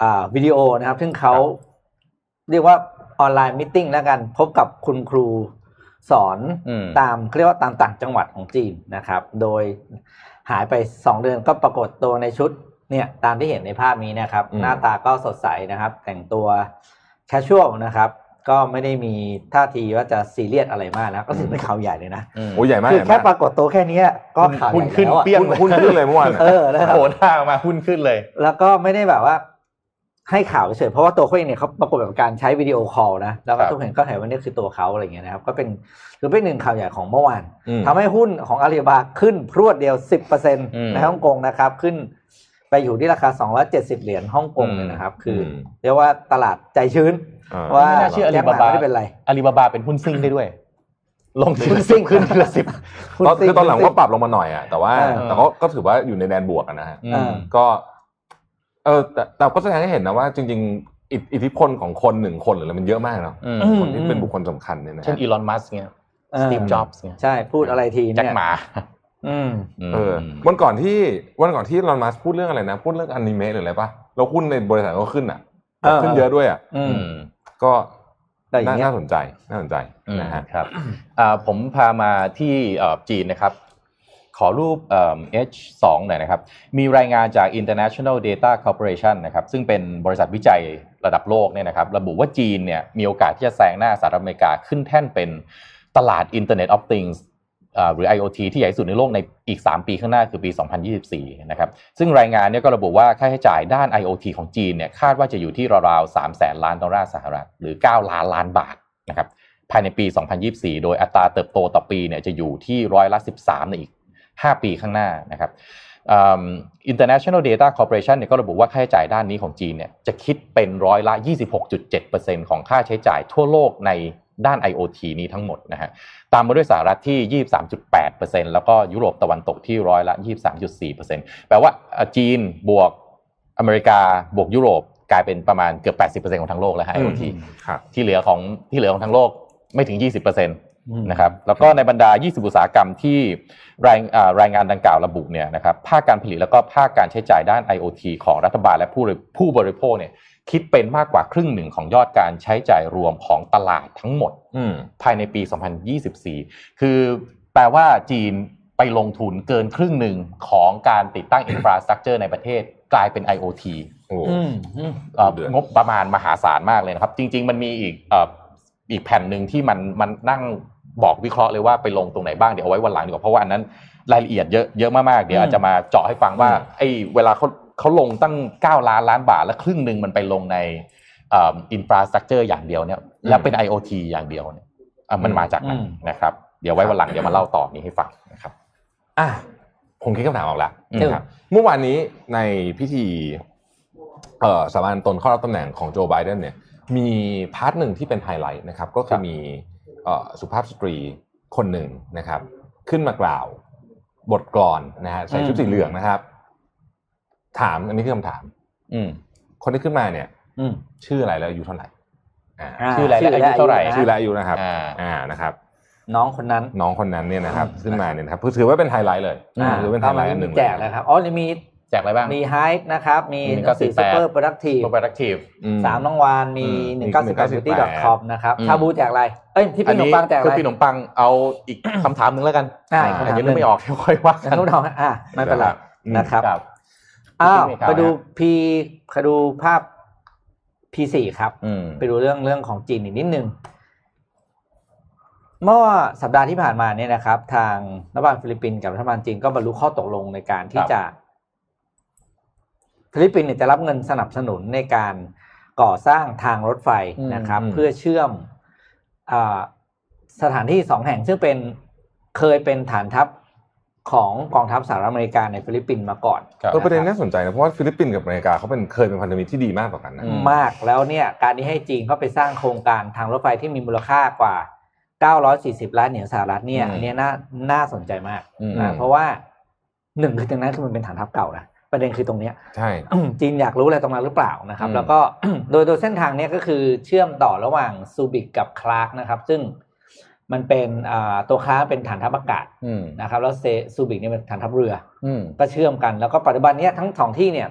S2: อ่าวิดีโอนะครับ ซึ่งเขาเรียกว่าออนไลน์มิทติ้งแล้วกัน พบกับคุณครูสอน
S4: อืม
S2: ตามเขาเรียกว่าตามต่างจังหวัดของจีนนะครับ โดยหายไป 2 เดือนก็ปรากฏตัวในชุดเนี่ยตามที่เห็นในภาพนี้นะครับ
S3: อืม
S2: หน้าตาก็สดใสนะครับ แต่งตัวแคชชวลนะครับ ก็ไม่ได้มีท่าทีว่าจะซีเรียสอะไรมากนะก็ถือเป็นข่าวใหญ่เลยนะ
S3: โอ้ใหญ่มาก
S2: คือ
S3: ใหญ่
S2: แค่
S3: มาก
S2: ปรากฏตัวแค่เนี้ยก็ข่าวให
S4: หุ้น
S2: ญ่
S4: ขึ้น
S2: แล้วอะ
S4: เปี้ยงเลย
S3: หุ้นขึ้นเลยเมื่อวาน
S2: เออนะครั
S4: โห
S2: บ
S4: หน้ามาหุ้นขึ้นเลย
S2: แล้วก็ไม่ได้แบบว่าให้ข่าวเฉยๆเพราะว่าตัวเขาเองเนี่ยเขาปรากฏแบบการใช้วิดีโอคอลนะแล้วก็
S4: ครับ
S2: ทุกคนก็เห็นว่านี่คือตัวเขาอะไรเงี้ยนะครับ ก็เป็นหรือเป็นหนึ่งข่าวใหญ่ของเมื่อวาน
S3: อืม
S2: ทำให้หุ้นของอาลีบาบาขึ้นพรวดเดียว
S4: ม
S2: 10%ในฮ่องกงนะครับ ขึ้นไปอยู่ที่ราคา 270 เหรียญฮ่องกงเลยนะครับ คืออเรียกว่าตลาดใจชื้น
S3: อ่
S2: ว่า
S4: ไม่น่าเชื่ออาลี
S2: แจ็คห
S4: บา
S2: มา
S4: บา
S2: ไม่ได้เป็นไร
S4: อาลีบาบาเป็นหุ้นซิ่งได้ด้วย ลงที
S2: หุ้
S4: ละ
S2: นซิ่
S4: สิบ
S2: ง
S4: ขึ้นทีละสิบ
S2: คุณ
S3: ก็คือตอนหลัง
S2: ซิ่
S3: ก็ปรับลงมาหน่อยอ่ะแต่ว่า
S2: เออ
S3: แต่ก็ก็ถือว่าอยู่ในแดนบวกอะนะฮะ
S2: อ่า
S3: ก็ เออแต่แต่ก็แสดงให้เห็นนะว่าจริง ๆ อิทอิทธิพลของคนหนึ่งคนหรืออะไรมันเยอะมากเนาะ
S4: อืม
S3: คนที่เป็นบุคคลสำคัญเนี่ยนะ
S4: เช่น
S3: ฮะ
S4: อีลอนมัสก์เนี่ย
S2: เอ
S4: ส
S2: อ
S4: ตีฟจ็อบส์เนี่ย
S2: ใช่พูดอะไรที
S4: แจ็ค
S2: เนี่ย
S4: หมา
S2: อืม
S3: เออ
S4: 嗯
S3: วันก่อนที่วันก่อนที่ลอนมัสพูดเรื่องอะไรนะ พูดเรื่องอนิเมะหรืออะไรปะเราหุ้นในบริษัทก็ขึ้นอ่ะ
S2: เออ
S3: ขึ้นเยอะด้วยอ่ะ
S2: อืม
S4: อืม
S3: ก็
S2: แต่อย่างเงี้ย
S3: น่าสนใจน่าสนใจนะฮะ
S4: ครับอ่าผมพามาที่เอ่อจีนนะครับ ขอรูปเอิ่ม H2 หน่อยนะครับ มีรายงานจาก International Data Corporation นะครับ ซึ่งเป็นบริษัทวิจัยระดับโลกเนี่ยนะครับ ระบุว่าจีนเนี่ยมีโอกาสที่จะแซงหน้าสหรัฐอเมริกาขึ้นแท่นเป็นตลาด Internet of Things เอ่อหรือ IoT ที่ใหญ่ที่สุดในโลกในอีก 3 ปีข้างหน้าคือปี 2024 นะครับ ซึ่งรายงานเนี่ยก็ระบุว่าค่าใช้จ่ายด้าน IoT ของจีนเนี่ยคาดว่าจะอยู่ที่ราวๆ3แสนล้านดอลลาร์สหรัฐหรือ 9 ล้านล้านบาทนะครับ ภายในปี 2024 โดยอัตราเติบโตต่อปีเนี่ยจะอยู่ที่ร้อยละ 13 ในอีก 5 ปีข้างหน้านะครับเอิ่ม International Data Corporation เนี่ยก็ระบุว่าค่าใช้จ่ายด้านนี้ของจีนเนี่ยจะคิดเป็นร้อยละ 26.7%ของค่าใช้จ่ายทั่วโลกในด้าน IoT นี้ทั้งหมดนะฮะ ตามมาด้วยสหรัฐที่ 23.8%แล้วก็ยุโรปตะวันตกที่ร้อยละ 23.4%แปลว่าเอ่อจีนบวกอเมริกาบวกยุโรปกลายเป็นประมาณเกือบ 80%ของทั้งโลกแล้วฮะ IoT
S3: อืมครับ
S4: ที่เหลือของที่เหลือของทั้งโลกไม่ถึง 20%น
S2: อืม
S4: นะครับแล้วก็ในบรรดา 20 อุตสาหกรรมที่รายอ่ารายงานดังกล่าวระบุเนี่ยนะครับภาคการผลิตแล้วก็ภาคการใช้จ่ายด้าน IoT ของรัฐบาลและผู้บริผู้บริโภคเนี่ยคิดเป็นมากกว่าครึ่งหนึ่งของยอดการใช้จ่ายรวมของตลาดทั้งหมด
S3: อืม
S4: ภายในปี 2024 คือแปลว่าจีนไปลงทุนเกินครึ่งหนึ่งของการติดตั้งอินฟราสตรักเจอร์ในประเทศกลายเป็น IoT
S3: โอ้
S2: อืมอืม
S4: เอ่อ
S3: เดือน
S4: งบประมาณมหาศาลมากเลยนะครับ จริง ๆ มันมีอีกเอ่ออีกแผ่นหนึ่งที่มันมันนั่งบอกวิเคราะห์เลยว่าไปลงตรงไหนบ้างเดี๋ยวเอาไว้วันหลังดีกว่าเพราะว่าอันนั้นรายละเอียดเยอะเยอะมากๆเดี๋ยวอาจจะมาเจาะให้ฟังว่าไอ้เวลาเขาเขาลงตั้ง 9 ล้านล้านบาท แล้วครึ่งหนึ่งมันไปลงในอินฟราสตรักเจอร์อย่างเดียวเนี่ยแล้วเป็น IoT อย่างเดียวเนี่ยอ่ะมันมาจากไหน
S2: อืม
S4: นะครับเดี๋ยวไว้วันหลังเดี๋ยวมาเล่าต่อนี้ให้ฟังนะครับ
S3: อ่ะผมคิดคำถามออกแล้ว
S4: อืม
S3: นะครับเมื่อวานนี้ในพิธีเอ่อสาบานตนเข้ารับตำแหน่งของโจไบเดนเนี่ย มีพาร์ทหนึ่งที่เป็นไฮไลท์นะครับ ก็คือมีเอ่อสุภาพสตรีคนหนึ่งนะครับ ขึ้นมากล่าวบทกลอนนะฮะใส่ชุดสีเหลืองนะครับ ถามอันนี้คือคำถาม
S4: อืม
S3: คนที่ขึ้นมาเนี่ย
S2: อืม
S3: ชื่ออะไรแล้วอายุเท่าไหร่อ่า
S2: า
S4: ชื่ออะไรและอายุเท่าไหร่
S2: นะ
S3: ชื่อและอายุนะครับ
S4: อ่า
S3: อ่านะครับ
S2: น้องคนนั้น
S3: น้องคนนั้นเนี่ยนะครับ
S2: อืม
S3: ขึ้นมาเนี่ยนะครับถือว่าเป็นไฮไลท์เลย
S4: อ่า
S3: ถือเป็นไฮไลท์อันหนึ่ง
S2: แจกเลยครับ อ๋อนี่มี
S4: แจกอะไรบ้าง
S2: มีไฮท์นะครับ มี
S4: มี
S2: หนังสือซู
S4: 98
S2: เปอร์โปรดักทีฟ
S4: โปรแกรมแอคทีฟ
S3: อืม
S2: สามรางวัลมี
S3: อืม
S2: หนึ่งเก้าสิบแปด
S3: มี
S2: บิวตี้ดอทคอมนะครับ
S4: อืม
S2: ชาบูแจกอะไร เอ้ยที่ปิ้งขนมปังแจก
S4: คื
S2: อะไร
S4: อปีขนมปังเอาอีก คำถามหนึ่งแล้วกัน
S2: ใช่คำ
S3: อ่า
S4: อาจ
S2: ถาม
S4: จะ
S2: ห
S4: นึก
S2: นึ่ง
S4: ไม่ออกเดี๋ยวค่อยว่า
S2: คำ
S4: กั
S2: ถามหนึ่งอ่ะไม่เป็นไร
S3: อืม
S2: นะครับ
S4: ครับ
S2: อ้าว
S4: ที่อเมริกา
S2: ไปดูพีไปดูภาพ P4 ครับ
S4: อืม
S2: ไปดูเรื่องเรื่องของจีนอีกนิดนึง เมื่อสัปดาห์ที่ผ่านมาเนี่ยนะครับ ทางรัฐบาลฟิลิปปินส์กับรัฐบาลจีนก็บรรลุข้อตกลงในการที่
S4: ครับ
S2: จะ ฟิลิปปินส์เนี่ยจะรับเงินสนับสนุนในการก่อสร้างทางรถไฟนะครับ
S3: อืม
S2: เพื่อเชื่อมอาสถานที่สองแห่งซึ่งเป็นเคยเป็นฐานทัพของกองทัพสหรัฐอเมริกาในฟิลิปปินส์มาก่อน
S4: ครับ
S3: เออประเด็นน่าสนใจนะเพราะว่าฟิลิปปินส์กับอเมริกาเขาเป็นเคยเป็นพันธมิตรที่ดีมากต่อกันนะ
S4: อื
S2: มากแล้วเนี่ยการที่ให้จีนเข้าไปสร้างโครงการทางรถไฟที่มีมูลค่ากว่า 940 ล้านเหรียญสหรัฐเนี่ย
S4: อืม
S2: อันเนี้ยน่าน่าสนใจมาก
S4: อืม
S2: นะเพราะว่าหนึ่งคือตรงนั้นคือมันเป็นฐานทัพเก่านะประเด็นคือตรงเนี้ย
S3: ใช่
S2: จีนอยากรู้อะไรตรงนั้นหรือเปล่านะครับ
S4: อืม
S2: แล้วก็ โดยโดยเส้นทางเนี้ยก็คือเชื่อมต่อระหว่างซูบิกกับคลาร์กนะครับ ซึ่งมันเป็นอ่าตัวคลาร์กเป็นฐานทัพอากาศ
S4: อืม
S2: นะครับแล้วเซซูบิกเนี่ยเป็นฐานทัพเรือ
S4: อืม
S2: ก็เชื่อมกันแล้วก็ปัจจุบันเนี้ยทั้งสองที่เนี่ย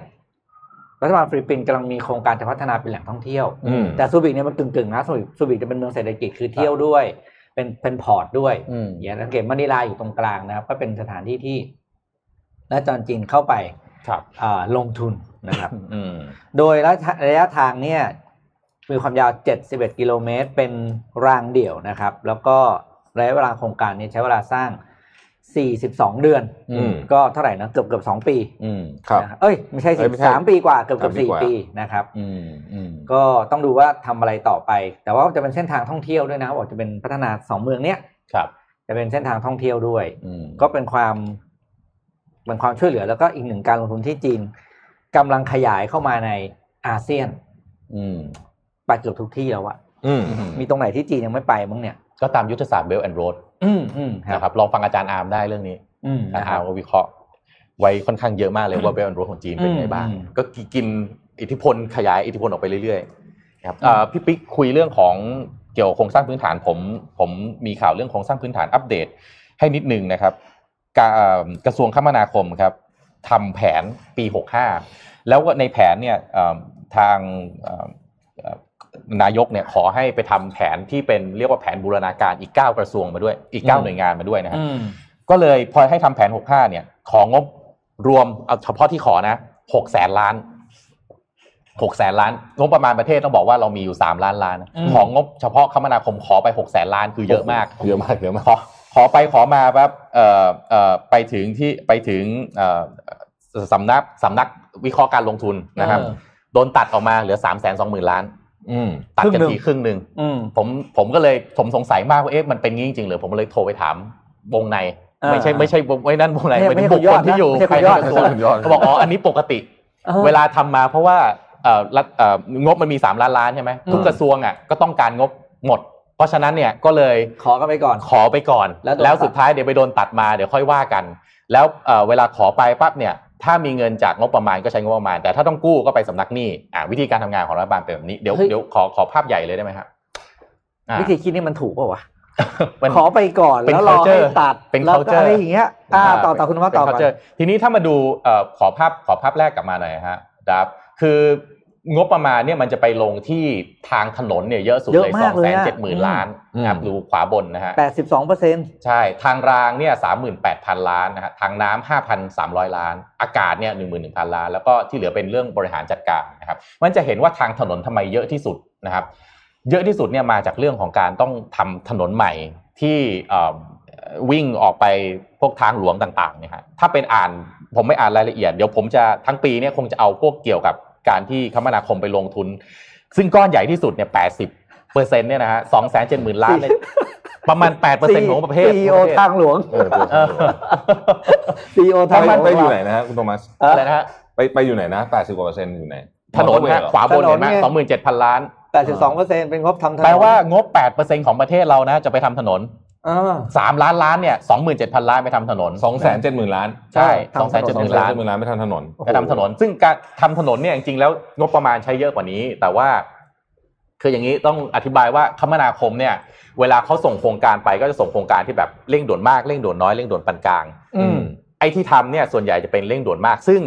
S2: รัฐบาลฟิลิปปินส์กำลังมีโครงการจะพัฒนาเป็นแหล่งท่องเที่ยว
S3: อืม
S2: แต่ซูบิกเนี่ยมันกึ่งๆนะซูบิกซูบิกจะเป็นเมืองเศรษฐกิจคือเที่ยวด้วย เป็นเป็นพอร์ตด้วย
S4: อืม
S2: อย่างสังเกตมะนิลาอยู่ตรงกลางนะครับ ก็เป็นสถานที่ที่นักจรจีนเข้าไป
S4: ครับ
S2: อ่าลงทุนนะครับ
S4: อืม
S2: โดยระยะระยะทางเนี่ยมีความยาว 71 กิโลเมตร เป็นรางเดี่ยวนะครับ แล้วก็ระยะเวลาโครงการเนี้ใช้เวลาสร้าง 42 เดือน
S4: อืม
S2: ก็เท่าไหร่นะ เกือบเกือบสองปี
S4: อืม
S3: ครับ
S2: นะเอ้ย ไม่ใช่
S3: เอ้
S2: สิ
S3: ยไม่ใช่
S2: สามปีกว่า เกือบเกือบ
S3: สามปี
S2: สี่
S3: กว่า
S2: ปีนะครับ
S4: อืมอืม
S2: ก็ต้องดูว่าทำอะไรต่อไป แต่ว่าจะเป็นเส้นทางท่องเที่ยวด้วยนะครับบอกจะเป็นพัฒนาสองเมืองเนี้ย
S4: ครับ
S2: จะเป็นเส้นทางท่องเที่ยวด้วย
S4: อืม
S2: ก็เป็นความเป็นความช่วยเหลือแล้วก็อีกหนึ่งการลงทุนที่จีนกำลังขยายเข้ามาในอาเซียน
S4: อืม
S2: ไปเกือบทุกที่แล้วอะ
S3: อืม
S2: มีตรงไหนที่จีนยังไม่ไปมั้งเนี่ย
S4: ก็ตามยุทธศาสตร์เบลแอนด์โรด
S2: อืมอืม
S4: นะครับ ลองฟังอาจารย์อาร์มได้เรื่องนี้
S2: อืม
S4: อา
S2: นะค
S4: จารย์อา
S2: รับ
S4: ร์มก็วิเคราะห์ ไว้ค่อนข้างเยอะมากเลยว่าเบลแอนด์โรดของจีนเป็นไงบ้าง
S2: อืม
S4: ก็กินอิทธิพลขยายอิทธิพลออกไปเรื่อยๆครับเอ่อพี่ปิ๊กคุยเรื่องของเกี่ยวกับโครงสร้างพื้นฐานผม ผมมีข่าวเรื่องโครงสร้างพื้นฐานอัปเดต ให้นิดนึงนะครับกะเอ่อกระทรวงคมนาคมครับทำแผนปี 65 แล้วก็ในแผนเนี่ยเอ่อทางเอ่อเอ่อนายกเนี่ยขอให้ไปทำแผนที่เป็นเรียกว่าแผนบูรณาการอีก 9 กระทรวงมาด้วยอีก
S2: อื
S4: 9
S2: ม
S4: หน่วยงานมาด้วยนะครับ
S2: อืม
S4: ก็เลยพอให้ทำแผน 65 เนี่ย ของงบรวมเอาเฉพาะที่ขอนะ6แสนล้าน6แสนล้าน งบประมาณประเทศต้องบอกว่าเรามีอยู่ 3 ล้านล้านนะของงบเฉพาะคมนาคมขอไป6แสนล้านคือเยอะมาก
S3: เยอะมากเยอะมาก
S4: ขอขอไปขอมาปั๊บเอ่อเอ่อไปถึงที่ไปถึงเอ่อสำนักสำนักวิเคราะห์การลงทุนนะครับ
S2: เออ
S4: โดนตัดออกมาเหลือ3ามแสนสองหมื่นล้าน
S3: อืม
S4: ตัดกัน
S2: ครึ่งหนึ่ง
S4: ทีครึ่งหนึ่ง
S2: อืม
S4: ผมผมก็เลยผมสงสัยมากว่าเอ๊ะมันเป็นงี้จริงๆหรือผมเลยโทรไปถามวงใน
S2: อ่า
S4: ไม่ใช่ไม่ใช่วงไม่นั่นวงใน
S2: ไม่
S4: ไม่
S2: ใช่
S4: ใช่
S2: คุ
S4: บุ
S2: ณยอ
S4: คคล
S2: ด
S4: ที่อยู่
S2: นะไม่ใช่คุ
S4: ภาย
S2: ณ
S4: ใน
S2: ยอด
S4: กระทรวง
S3: คุณยอด
S4: เขาบอกอ๋ออันนี้ปกติ
S2: ออ
S4: เวลาทำมาเพราะว่าเอ่อรัฐเอ่องบมันมี 3 ล้านล้านใช่ไหม
S2: อืม
S4: ทุกกระทรวงอ่ะก็ต้องการงบหมด เพราะฉะนั้นเนี่ยก็เลย
S2: ขอกันไปก่อน
S4: ขอไปก่อน
S2: แล้วโดนตัด
S4: แล้วสุดท้ายเดี๋ยวไปโดนตัดมาเดี๋ยวค่อยว่ากัน แล้วเอ่อเวลาขอไปปั๊บเนี่ยถ้ามีเงินจากงบประมาณก็ใช้งบประมาณ แต่ถ้าต้องกู้ก็ไปสำนักหนี้อ่ะวิธีการทำงานของรัฐบาลเป็นแบบนี้เดี๋ยวเดี๋ยวขอขอภาพใหญ่เลยได้ไหมครับอ่า
S2: วิธีคิดนี่มันถูกเปล่าวะ
S4: เป็น
S2: ขอไปก่อน
S4: เป็น
S2: แล้วรอ
S4: culture
S2: ให้ตัด
S4: เป็น
S2: แล้วก็
S4: culture
S2: อะไรอย่างเงี้ยอ่าต่อต่อคุณว่า
S4: เป็น
S2: ต่อก่อน
S4: culture ทีนี้ถ้ามาดูเอ่อขอภาพขอภาพแรกกลับมาหน่อยฮะดับคืองบประมาณเนี่ยมันจะไปลงที่ทางถนนเนี่ยเยอะสุด
S2: เย
S4: เล
S2: อะ
S4: ยส
S2: มา
S4: อก ง
S2: เล
S4: แส
S2: ย
S4: น
S2: อะ
S4: เจ็ดหมื่นล้าน
S3: อืม
S4: นะครับดูขวาบนนะฮะ
S2: แปดสิบสองเปอร์เซ็นต์
S4: ใช่ ทางรางเนี่ยสามหมื่นแปดพันล้านนะฮะทางน้ำห้าพันสามร้อยล้าน อากาศเนี่ยหนึ่งหมื่นหนึ่งพันล้าน แล้วก็ที่เหลือเป็นเรื่องบริหารจัดการนะครับ มันจะเห็นว่าทางถนนทำไมเยอะที่สุดนะครับ เยอะที่สุดเนี่ยมาจากเรื่องของการต้องทำถนนใหม่ที่เอ่อวิ่งออกไปพวกทางหลวงต่างๆเนี่ยฮะถ้าเป็นอ่านผมไม่อ่านรายละเอียดเดี๋ยวผมจะทั้งปีเนี่ยคงจะเอาพวกเกี่ยวกับการที่คมนาคมไปลงทุน ซึ่งก้อนใหญ่ที่สุดเนี่ยแปดสิบเปอร์เซ็นต์เนี่ยนะฮะสองแสนเจ็ดหมื่นล้านเลยประมาณแปดเปอร์เซ็นต์ของประเทศ
S2: CEO ทางหลวง
S3: เออตัว
S4: เออ
S2: CEO ทา
S3: ทาง ง
S2: หล
S3: มั
S2: วน ง
S3: ไปอยู่ไหนนะฮะคุณโทมัส
S2: เอ่อ
S4: อะไรนะฮะ
S3: ไปไปอยู่ไหนนะแปดสิบกว่าเปอร์เซ็นต์อยู่ไหน
S4: ถนน
S3: มอ
S4: ฮะ
S3: เตอร์เวย์เหรอ
S4: ขวาบนเห็น
S2: ถนน
S4: ไหม
S2: เนี่ย
S4: สองหมื่นเจ็ดพันล้าน
S2: แปดสิบสองเปอร์เซ็นต์เป็นงบทำถนน
S4: แปลว่างบ 8%ของประเทศเรานะ จะไปทำถนน
S2: เออ
S4: 3 ล้านล้านเนี่ย 27,000 ล้านไปทำถนน
S3: สองแสนเจ็ดหมื่นล้าน
S4: ใช่
S2: ทำถนน
S3: สองแส
S4: 2,700
S3: น
S4: ล้าน
S3: เจ็ดหมื่นล้านไม่ทำถนน
S4: ไปทำถนน ซึ่งการทำถนนเนี่ยจริงๆแล้วงบประมาณใช้เยอะกว่านี้ แต่ว่า คืออย่างนี้ต้องอธิบายว่าคมนาคมเนี่ย เวลาเขาส่งโครงการไปก็จะส่งโครงการที่แบบเร่งด่วนมากเร่งด่วนน้อยเร่งด่วนปานกลาง
S2: อืม
S4: ไอ้ที่ทำเนี่ยส่วนใหญ่จะเป็นเร่งด่วนมาก ซึ่ง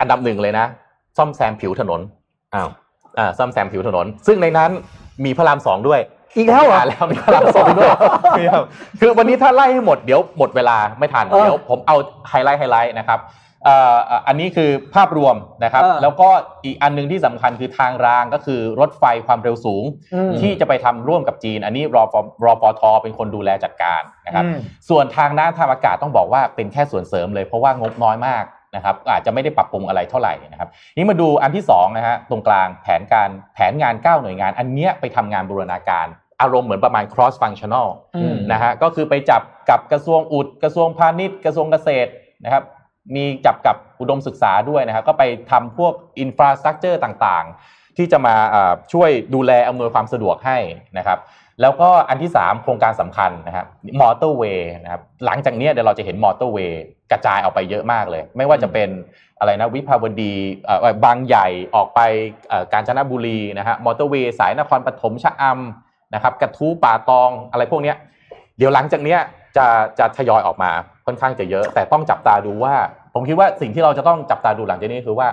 S4: อันดับหนึ่งเลยนะ ซ่อมแซมผิวถนน
S3: อ้าว
S4: อ่าซ่อมแซมผิวถนน ซึ่งในนั้นมีพระรามสองด้วย
S2: อีกแล้วเหรอ
S4: ผมานแล้วมีพระรามสองด้วย ครับคือวันนี้ถ้าไล่ให้หมดเดี๋ยวหมดเวลาไม่ทัน
S2: เออ
S4: เดี๋ยวผมเอาไฮไลท์ไฮไลท์นะครับเอ่ออ่ะอันนี้คือภาพรวมนะครับ
S2: เออ
S4: แล้วก็อีกอันหนึงที่สำคัญคือทางรางก็คือรถไฟความเร็วสูง
S2: อืม
S4: ที่จะไปทำร่วมกับจีน อันนี้รอฟรอปทเป็นคนดูแลจัดการนะครับ
S2: อืม
S4: ส่วนทางน้ำทางอากาศต้องบอกว่าเป็นแค่ส่วนเสริมเลยเพราะว่างบน้อยมากนะครับ อาจจะไม่ได้ปรับปรุงอะไรเท่าไหร่นะครับ นี่มาดูอันที่2นะฮะตรงกลางแผนการแผนงาน 9 หน่วยงาน อันเนี้ยไปทำงานบูรณาการ อารมณ์เหมือนประมาณ cross functional
S2: อืม
S4: นะฮะก็คือไปจับกับกระทรวงอุดกระทรวงพาณิชย์กระทรวงเกษตรนะครับ มีจับกับอุดมศึกษาด้วยนะครับ ก็ไปทำพวกอินฟราสตรักเจอร์ต่างๆ ที่จะมาอ่าช่วยดูแลอำนวยความสะดวกให้นะครับ แล้วก็อันที่ 3 โครงการสำคัญนะครับมอเตอร์เวย์นะครับหลังจากเนี้ยเดี๋ยวเราจะเห็นมอเตอร์เวย์กระจายออกไปเยอะมากเลย ไม่ว่าจะเป็นอะไรนะวิภาวดีเอ่อบางใหญ่ออกไปเอ่อกาญจนบุรีนะฮะมอเตอร์เวย์สายนครปฐมชะอำนะครับกระทู้ป่าตองอะไรพวกเนี้ยเดี๋ยวหลังจากเนี้ยจะจะทยอยออกมาค่อนข้างจะเยอะ แต่ต้องจับตาดูว่า ผมคิดว่าสิ่งที่เราจะต้องจับตาดูหลังจากนี้คือว่า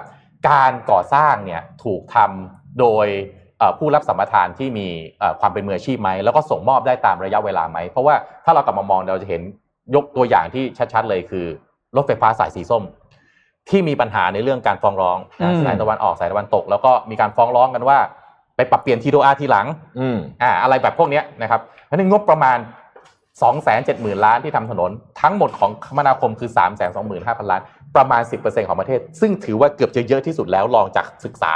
S4: การก่อสร้างเนี่ยถูกทำโดยเอ่อผู้รับสัมปทานที่มีเอ่อความเป็นมืออาชีพไหม แล้วก็ส่งมอบได้ตามระยะเวลาไหม เพราะว่าถ้าเรากลับมามองเราจะเห็นยกตัวอย่างที่ชัดๆเลยคือ รถไฟฟ้าสายสีส้ม ที่มีปัญหาในเรื่องการฟ้องร้องนะ
S2: อืม
S4: สายตะวันออกสายตะวันตก แล้วก็มีการฟ้องร้องกันว่า ไปปรับเปลี่ยนทีโดอาทีหลัง
S3: อืม
S4: อ่าอะไรแบบพวกเนี้ยนะครับเพราะฉะนั้นงบประมาณ 2 7 0 0 0 0 ล้านที่ทำถนน ทั้งหมดของคมนาคมคือ 3 2 5 0 0 0 ล้าน ประมาณ 10%ของประเทศ ซึ่งถือว่าเกือบจะเยอะที่สุดแล้วลองจากศึกษา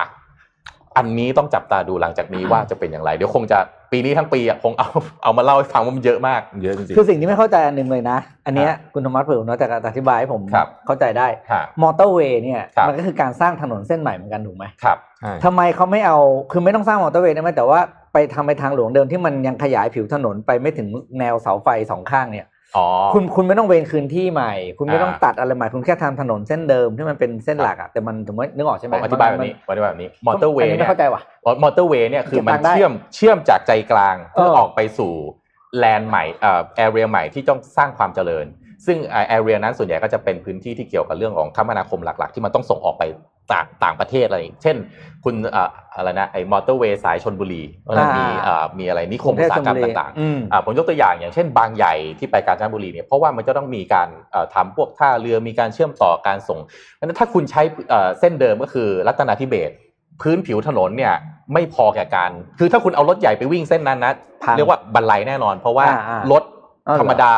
S4: อันนี้ต้องจับตาดูหลังจากนี้ว่าจะเป็นอย่างไร เดี๋ยวคงจะปีนี้ทั้งปีอ่ะคงเอา เอามาเล่าให้ฟังว่ามันเยอะมาก
S3: เยอะจริง
S2: คือสิ่งที่ไม่เข้าใจอันหนึ่งเลยนะ อันเนี้ยคุณธรรมะเผื่อเนาะแต่การอธิบายให้ผม
S4: ครับ
S2: เข้าใจได้
S4: ค่ะ
S2: มอเตอร์เวย์เนี่ย
S4: ครับ
S2: มันก็คือการสร้างถนนเส้นใหม่เหมือนกันถูกไหม
S4: ครับ
S3: ๆใช่
S2: ทำไมเขาไม่เอาคือไม่ต้องสร้างมอเตอร์เวย์ได้ไหมแต่ว่าไปทำไปทางหลวงเดิมที่มันยังขยายผิวถนนไปไม่ถึงแนวเสาไฟสองข้างเนี่ย
S4: อ๋อ
S2: คุณคุณไม่ต้องเวนคืนที่ใหม่ คุณไม่
S4: อ่า
S2: ต้องตัดอะไรใหม่คุณแค่ทำถนนเส้นเดิมที่มันเป็นเส้นหลักอะแต่มันถึงว่านึกออกใช่ไห
S4: ผมมอธิบายแบบนี้ผมอธิบายแบบนี้มอเตอร์เวย์
S2: นนี้ไม่
S4: เนี่ย
S2: เข้าใจว่ะ
S4: มอเตอร์เวย์เนี่ยคือมัน
S2: เก็บตังค์ได้
S4: เชื่อมเชื่อมจากใจกลาง
S2: เออ
S4: เพื่อออกไปสู่แลนด์ใหม่เอ่อแอเรียใหม่ที่ต้องสร้างความเจริญ ซึ่งแอเรียนั้นส่วนใหญ่ก็จะเป็นพื้นที่ที่เกี่ยวกับเรื่องของคมนาคมหลักๆ ที่มันต้องส่งออกไปต่างต่างประเทศอะไรเช่น คุณเอ่ออะไรนะไอ้มอเตอร์เวย์สายชนบุรีเพราะฉะนั้นมี
S2: อ่า
S4: เอ่อมีอะไรนิคมอุตสาหกรรมต่างๆ
S2: อืม
S4: อ่าผมยกตัวอย่างอย่างเช่นบางใหญ่ที่ไปกาญจนบุรีเนี่ยเพราะว่ามันจะต้องมีการเอ่อทำพวกท่าเรือมีการเชื่อมต่อการส่งเพราะฉะนั้นถ้าคุณใช้เอ่อเส้นเดิมก็คือรัตนาธิเบศรพื้นผิวถนนเนี่ยไม่พอแก่การ คือถ้าคุณเอารถใหญ่ไปวิ่งเส้นนั้นนะ
S2: พัง
S4: เรียกว่าบันไลแน่นอน เพราะว่า
S2: อ่าอ่าร
S4: ถธรรมดา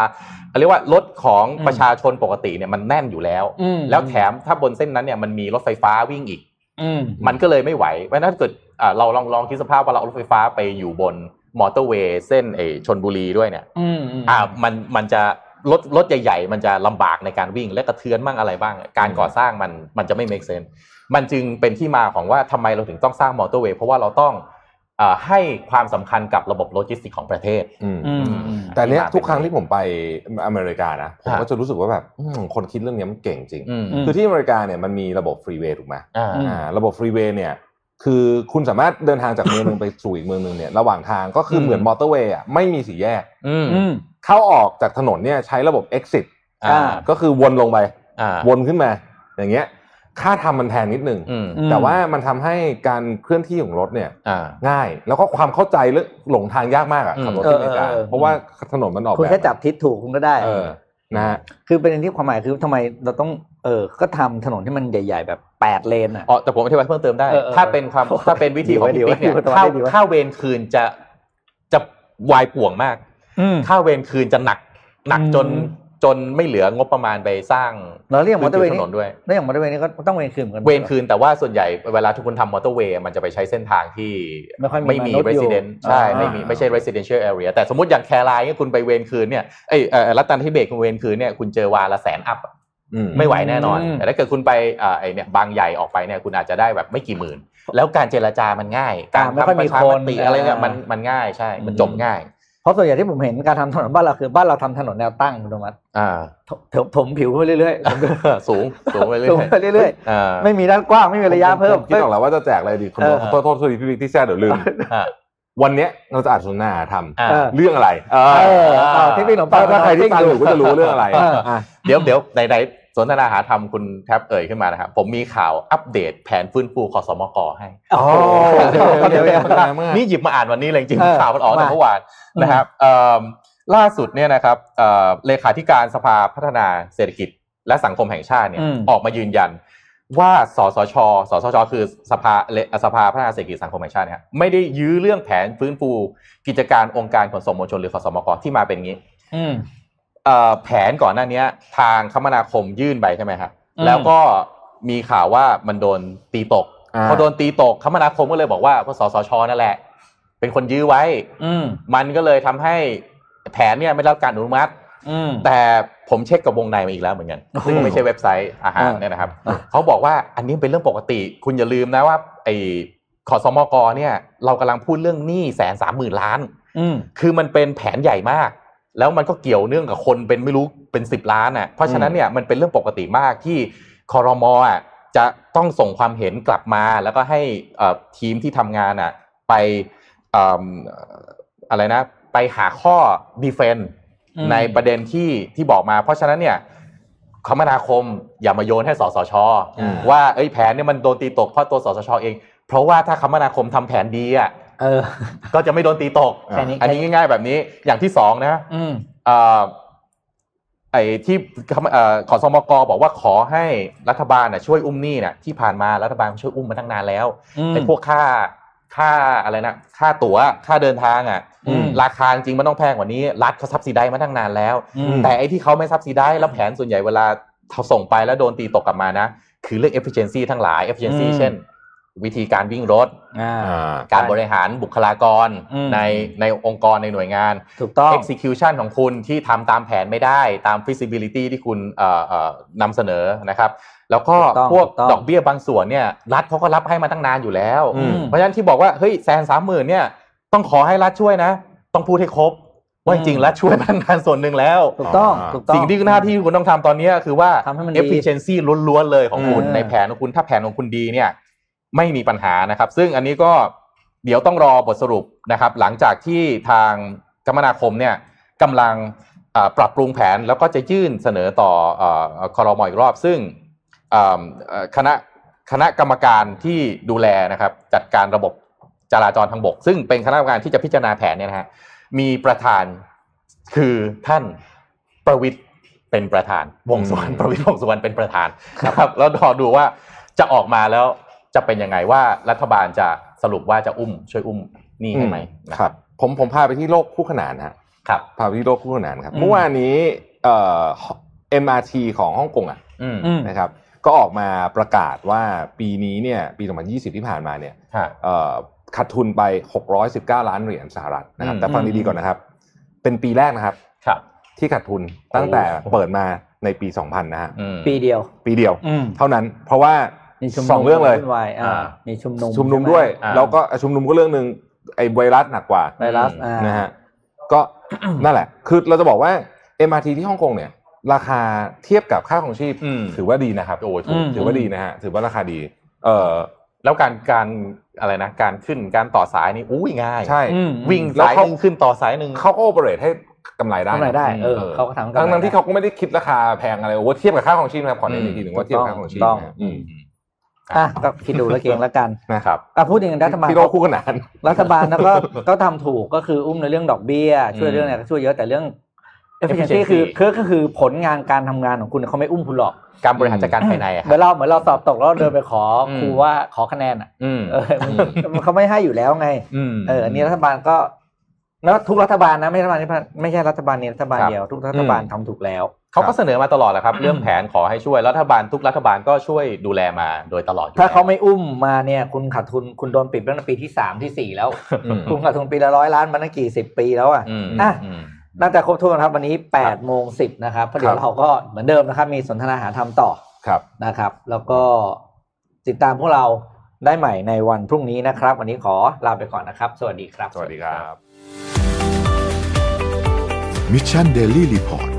S4: เรียกว่ารถของ
S2: อืม
S4: ประชาชนปกติเนี่ยมันแน่นอยู่แล้ว
S2: อืม
S4: แล้วแถมถ้าบนเส้นนั้นเนี่ยมันมีรถไฟฟ้าวิ่งอีก
S2: อืม
S4: มันก็เลยไม่ไหวเพราะฉะนั้นถ้าเกิดอ่าเราลองลองคิดสภาพว่าเราเอารถไฟฟ้าไปอยู่บนมอเตอร์เวย์เส้นเออชนบุรีด้วยเนี่ย
S2: อืมม
S4: อ่ามันมันจะรถรถใหญ่ ๆ มันจะลำบากในการวิ่งและกระเทือนบ้างอะไรบ้าง การก่อสร้างมันมันจะไม่ make sense มันจึงเป็นที่มาของว่าทำไมเราถึงต้องสร้างมอเตอร์เวย์เพราะว่าเราต้องอ่าให้ความสำคัญกับระบบโลจิสติกของประเทศ
S3: อืม
S2: อืม
S3: แต่เนี้ยทุกครั้งที่ผมไปอเมริกานะ ผม
S4: ฮะ
S3: ก็จะรู้สึกว่าแบบอืมคนคิดเรื่องเนี้ยมันเก่งจริง
S4: อืม
S2: ม
S3: คือที่อเมริกาเนี่ยมันมีระบบฟรีเวย์ถูกไหม
S4: อ่า
S2: อืม
S3: อ่าระบบฟรีเวย์เนี่ย คือคุณสามารถเดินทางจากเมืองหนึ่งไปสู่อีกเมืองหนึ่งเนี่ยระหว่างทางก็คือเหมือนมอเตอร์เวย์อ่ะไม่มีสีแยก
S4: อืม
S2: อืม
S3: เข้าออกจากถนนเนี่ยใช้ระบบ exit
S4: อ่า
S2: อ่า
S3: ก็คือวนลงไป
S4: อ่า
S3: วนขึ้นมา อย่างเงี้ย ค่าทำมันแพงนิดนึง
S4: อืม
S2: อืม
S3: แต่ว่ามันทำให้การเคลื่อนที่ของรถเนี่ย
S4: อ่า
S3: ง่าย แล้วก็ความเข้าใจเรื่องหลงทางยากมากอะ
S4: อืม
S3: ขับรถที่อเมริกา
S2: เออเออ
S3: เพราะว่าถนนมันออก
S2: คุณ
S3: แบบ
S2: แค่จับทิศถูกคุณก็ได้
S3: เออนะฮะ
S2: คือประเด็นที่ความหมายคือทำไมเราต้องเออก็ทำถนนที่มันใหญ่ ๆ แบบแปดเลนอ่ะ
S4: อ๋อแต่ผมอธิบายเพิ่มเติมได้
S2: เออเออ
S4: ถ้าเป็นความ
S2: โอ้ย
S4: ถ้าเป็นวิธีของ
S2: ดี
S4: พี่
S2: เว้ย
S4: ปิ๊กเนี่ย
S2: ดีเว้ย
S4: ข้าว
S2: ดีเว้ย
S4: ข้าวเวรคืนจะจะวายป่วงมาก ข้าวเวร คืนจะหนัก หนักจน
S2: อืม
S4: จนไม่เหลืองบประมาณไปสร้าง
S2: เราเรียกมอเตอร์เวย์
S4: พื้นผิว
S2: นี่
S4: ถนนด้วย
S2: แล้วอย่างมอเตอร์เวย์นี่ก็ต้องเวรคืนหมือกั
S4: เวรคืนแต่ว่าส่วนใหญ่เวลาทุกคนทำมอเตอร์เวย์มันจะไปใช้เส้นทางที่
S2: ไม่ค่อยมี
S4: ไม่มี
S2: มนุษย์อยู่
S4: resident ใช่ไม่มี
S3: อ่า
S4: ไม่ใช่ residential area แต่สมมติอย่างแครายเนี่ยคุณไปเวรคืนเนี่ยเอยเอ่อรัตตันที่เบรกคุณเวรคืนเนี่ยคุณเจอวาละแสนอัพ
S3: อืม
S4: ไม่ไหวแน่นอน
S2: อืม
S4: แต่ถ้าเกิดคุณไปเอ่อไอเนี่ยบางใหญ่ออกไปเนี่ยคุณอาจจะได้แบบไม่กี่หมื่น แล้วการเจรจามันง่าย การ
S2: อ่าไม่ค่อยมี
S4: ทำประชามติ
S2: คน
S4: อะไรเนี่ย
S2: อ่ามั
S4: มันมันง่ายใช่ มัน
S2: อืม
S4: จบง่าย
S2: เพราะส่วนใหญ่ที่ผมเห็นการทำถนนบ้านเราคือบ้านเราทำถนนแนวตั้งคุณธรรมะ
S4: อ่า
S2: ถถถมผิวไปเรื่อยๆถมผิว
S4: สูงสูงไปเรื่
S2: ถม
S4: อย
S2: ไปเรื่อย
S4: อ่า
S2: ๆ ไม่มีด้านกว้างไม่มีระยะเพิ่ม
S3: ผคิดออกแล้วว่าจะแจกอะไรดีคุณ
S2: เออ
S3: โทษโทษโทษทีพี่บิ๊กที่แช่เดี๋ยวลืม
S4: อ่ะ
S3: วันเนี้ยเราจะอัดสนทนาท
S4: อ่า
S2: เออ
S3: ำเรื่องอะไร เอ
S2: เอ
S3: อ
S2: อเอาที่พี่หลงปั
S3: ถ้าง ถ้าใครที่ฟังอยู่ก็จะรู้เรื่องอะไร
S2: เอออ่
S3: ะ
S4: เดี๋ยวเดี๋ยวในในสนทนาหาธรรมคุณแท็บเอ่ยขึ้นมานะครับ ผมมีข่าวอัปเดตแผนฟื้นฟูคอสมกให้
S2: โอ้
S3: เดี๋ยวเดี๋ยวเดี๋ยว
S4: นี่หยิบมาอ่านวันนี้เลยจริง
S2: เออ
S4: ข่าวมันออกแต่
S2: มา
S4: เมื่อวานนะครับเอิ่มล่าสุดเนี่ยนะครับเอ่อเลขาธิการสภาพัฒนาเศรษฐกิจและสังคมแห่งชาติเนี่ย
S2: อืม
S4: ออกมายืนยัน ว่าสสช สสช คือสภาเลสภาพัฒนาเศรษฐกิจสังคมแห่งชาติเนี่ยไม่ได้ยื้อเรื่องแผนฟื้นฟูกิจการองค์การขนส่งมวลชนหรือคสมกที่มาเป็นงี้
S2: อืม
S4: เอ่อแผนก่อนหน้าเนี้ย ทางคมนาคมยื่นไปใช่ไหมครับ
S2: อืม
S4: แล้วก็มีข่าวว่ามันโดนตีตก
S3: อ่า
S4: พอโดนตีตกคมนาคมก็เลยบอกว่าพสสชนั่นแหละ เป็นคนยื้อไว้
S2: อืม
S4: มันก็เลยทำให้แผนเนี่ยไม่ได้รับการอนุมัติ
S2: อืม
S4: แต่ผมเช็คกับวงในมาอีกแล้วเหมือนกันซึ่งไม่ใช่เว็บไซต์อาหารเนี่ยนะครับเขาบอกว่าอันนี้เป็นเรื่องปกติ คุณอย่าลืมนะว่าไอ้ขอสมกเนี่ยเรากำลังพูดเรื่องหนี้แสนสามหมื่นล้าน
S2: อืม
S4: คือมันเป็นแผนใหญ่มาก แล้วมันก็เกี่ยวเนื่องกับคนเป็นไม่รู้เป็นสิบล้านอ่ะเพราะฉะนั้นเนี่ยมันเป็นเรื่องปกติมากที่คอรมอ่ะจะต้องส่งความเห็นกลับมา แล้วก็ให้เอ่อทีมที่ทำงานอ่ะไปเอิ่มเอ่ออะไรนะ ไปหาข้อดีเฟน
S2: อืม
S4: ในประเด็นที่ที่บอกมา เพราะฉะนั้นเนี่ยคมนาคมอย่ามาโยนให้สสช
S3: อืม
S4: ว่าเอ้ยแผนเนี่ยมันโดนตีตกเพราะตัวสสชเอง เพราะว่าถ้าคมนาคมทำแผนดีอ่ะ
S2: เออ
S4: ก็จะไม่โดนตีตก
S2: แค่นี้
S4: อันนี้ง่ายๆแบบนี้ อย่างที่สองนะ
S2: อืม
S4: เอ่อไอ้ที่คำเอ่อขอสมกบอกว่าขอให้รัฐบาลน่ะช่วยอุ้มหนี้น่ะที่ผ่านมารัฐบาลช่วยอุ้มมาตั้งนานแล้ว
S2: อืม
S4: ไอ้พวกค่าค่าอะไรนะค่าตั๋วค่าเดินทางอ่ะ
S2: อืม
S4: ราคาจริงมันต้องแพงกว่านี้ รัฐเขาซับซิได้มาตั้งนานแล้ว
S2: อืม
S4: แต่ไอ้ที่เขาไม่ซับซิได้แล้วแผนส่วนใหญ่เวลาเขาส่งไปแล้วโดนตีตกกลับมานะ คือเรื่อง efficiency ทั้งหลาย efficiency
S2: อืม
S4: เช่น วิธีการวิ่งรถ
S2: อ่า
S3: อ่า
S4: การบริหารบุคลากร
S2: อืม
S4: ในในองค์กรในหน่วยงาน
S2: ถูกต้อง
S4: execution ของคุณที่ทำตามแผนไม่ได้ตาม feasibility ที่คุณเอ่อเอ่อนำเสนอนะครับ แล้วก็
S2: ถูกต้อง
S4: พวก
S2: ถูกต้อง
S4: ดอกเบี้ยบางส่วนเนี่ยรัฐเขาก็รับให้มาตั้งนานอยู่แล้ว
S3: อืม
S4: เพราะฉะนั้นที่บอกว่าเฮ้ยแสนสามหมื่นเนี่ยต้องขอให้รัฐช่วยนะ ต้องพูดให้ครบ ว่า
S2: อืม
S4: จริงๆรัฐช่วยพนักงานส่วนหนึ่งแล้ว
S2: ถูกต้อง
S3: อ่า
S2: ถูกต้อง
S4: สิ่งที่หน้าที่คุณต้องทำตอนนี้คือว่า
S2: ทำให้มันดี
S4: efficiency ล้วนๆเลยของคุณ
S2: เออ
S4: ในแผนของคุณถ้าแผนของคุณดีเนี่ย ไม่มีปัญหานะครับ ซึ่งอันนี้ก็เดี๋ยวต้องรอบทสรุปนะครับ หลังจากที่ทางคมนาคมเนี่ยกำลังเอ่อปรับปรุงแผนแล้วก็จะยื่นเสนอต่อเอ่อคอรมอีกรอบ ซึ่งเอ่อเอ่อคณะคณะกรรมการที่ดูแลนะครับ จัดการระบบจราจรทางบก ซึ่งเป็นคณะกรรมการที่จะพิจารณาแผนเนี่ยนะฮะมีประธานคือท่านประวิทย์เป็นประธาน วงสุวรรณ
S3: อืม
S4: ประวิทย์วงสุวรรณเป็นประธาน นะครับแล้วรอดูว่าจะออกมาแล้วจะเป็นยังไงว่ารัฐบาลจะสรุปว่าจะอุ้ม ช่วยอุ้มหนี่ให้ไหม
S3: ค
S4: นะครับ
S3: รับ ผมผมพาไปที่โลกคู่ขนานนะฮะ
S4: ครับ
S3: พาไปที่โลกคู่ขนานครับ
S2: อืม
S3: เมื่อวานนี้เอ่อ MRT ของฮ่องกงอ่ะ
S4: อืม
S2: อืม
S3: นะครับ ก็ออกมาประกาศว่าปีนี้เนี่ยปี 2020 ที่ผ่านมาเนี่ย
S4: ฮะ
S3: เอ่อขาดทุนไป 619 ล้านเหรียญสหรัฐนะครับ
S4: อืม
S3: แต่ฟังดีๆก่อนนะครับ เป็นปีแรกนะครับ
S4: ครับ
S3: ที่ขาดทุนตั้งแต่
S4: โอ้โห
S3: เปิดมาในปี 2000 นะฮะ
S4: อืม
S2: ปีเดียว
S3: ปีเดียว
S2: อืม
S3: เท่านั้นเพราะว่า
S2: มีชุมนุม
S3: สองเรื่องเลย
S2: วุ่นวายอ่า
S4: อ่า
S2: มีชุมนุม
S3: ชุมนุม
S2: ใไห
S3: ด้วย
S4: อ่า
S3: แล้วก็ชุมนุมก็เรื่องหนึ่งไอ้ไวรัสหนักกว่า
S2: ไวรัสอ่า
S3: นะฮะก็ นั่นแหละ คือเราจะบอกว่า MRT ที่ฮ่องกงเนี่ย ราคาเทียบกับค่าของชีพ
S4: อืม
S3: ถือว่าดีนะครับ
S4: โอ้ยถู
S2: อื
S4: ก
S2: ม
S3: ถือว่าดีนะฮะถือว่าราคาดี เอ่อ
S4: แล้วการการอะไรนะการขึ้นการต่อสายนี่อุ้ยง่าย
S3: ใช่
S2: อืม
S4: วิ่ง
S3: แล้ว
S4: สาย
S3: เขา
S4: หนึ่งขึ้นต่อสายหนึ่ง
S3: เขาก็โอเปเรตให้กำไรได้
S2: ทำอะไรได้เออ
S3: ออ
S2: เขาก็ทำกำไร
S3: ทั้ง
S2: ได้
S3: นั้นที่เขาก็ไม่ได้คิดราคาแพงอะไรโอ้ว่าเทียบกับค่าของชีพนะครับขอเน้นอีกทีหนึ่งว่าเทียบกับค่าของชีพ
S2: ถูกต้อง
S3: นะครับอืม
S2: อ่ะก็คิดดูแล้วเองแล้วกัน
S3: นะครับ
S2: อ่ะพูดถึ งรัฐบาล
S3: พี่โรจน์คู่ขนาน
S2: รัฐบาลแล้วก็ ก็ทำถูกก็คืออุ้มในเรื่องดอกเบี้ย ช่วยเรื่องอะไรก็ช่วยเยอะแต่เรื่อง efficiency
S4: efficiency
S2: คือคือก็คือผลงานการทำงานของคุณเขาไม่อุ้มคุณหรอก
S4: การบริหารจัดการภายในอะค
S2: เห
S4: รั
S2: มือบ นเราเหมือนเราสอบตกแล้วเราเดินไปขอ
S4: อืม
S2: ครูว่าขอคะแนนอ่ะ
S4: อืม
S2: เออมัน เขาไม่ให้อยู่แล้วไง
S4: ม
S2: เอออันนี้รัฐบาลก็แล้วทุกรัฐบาลนะไม่ใช่รัฐบาลนี้ไม่ใช่รัฐบาลนี้รัฐบาล
S4: ครับ
S2: เดียวทุกรัฐบาลทำถูกแล้ว
S4: เขาก็เสนอมาตลอดแหละครับ เรื่องแผนขอให้ช่วยรัฐบาลทุกรัฐบาลก็ช่วยดูแลมาโดยตลอดอยู่
S2: ถ้าเขา
S4: แล้ว
S2: ไม่อุ้มมาเนี่ยคุณขาดทุนคุณโดนปิดตั้งแต่ปีที่สามที่สี่แล้ว
S3: อืม
S2: คุณขาดทุนปีละร้อยล้านมาตั้งกี่สิบปีแล้วอ่ะ
S4: อืม
S2: อ่ะ
S4: อืม
S2: น่าจะครบถ้วนครับวันนี้8โมง10นะครับเพราะเดี๋ยวเราก็เหมือนเดิมนะครับ มีสนทนาหาธรรมต่อ
S3: ครับ
S2: นะครับ แล้วก็ติดตามพวกเราได้ใหม่ในวันพรุ่งนี้นะครับ วันนี้ขอลาไปก่อนนะครับ สวัสดีครับ
S3: สวัสดีครับ
S1: มิชชันเดลี่รีพอร์ต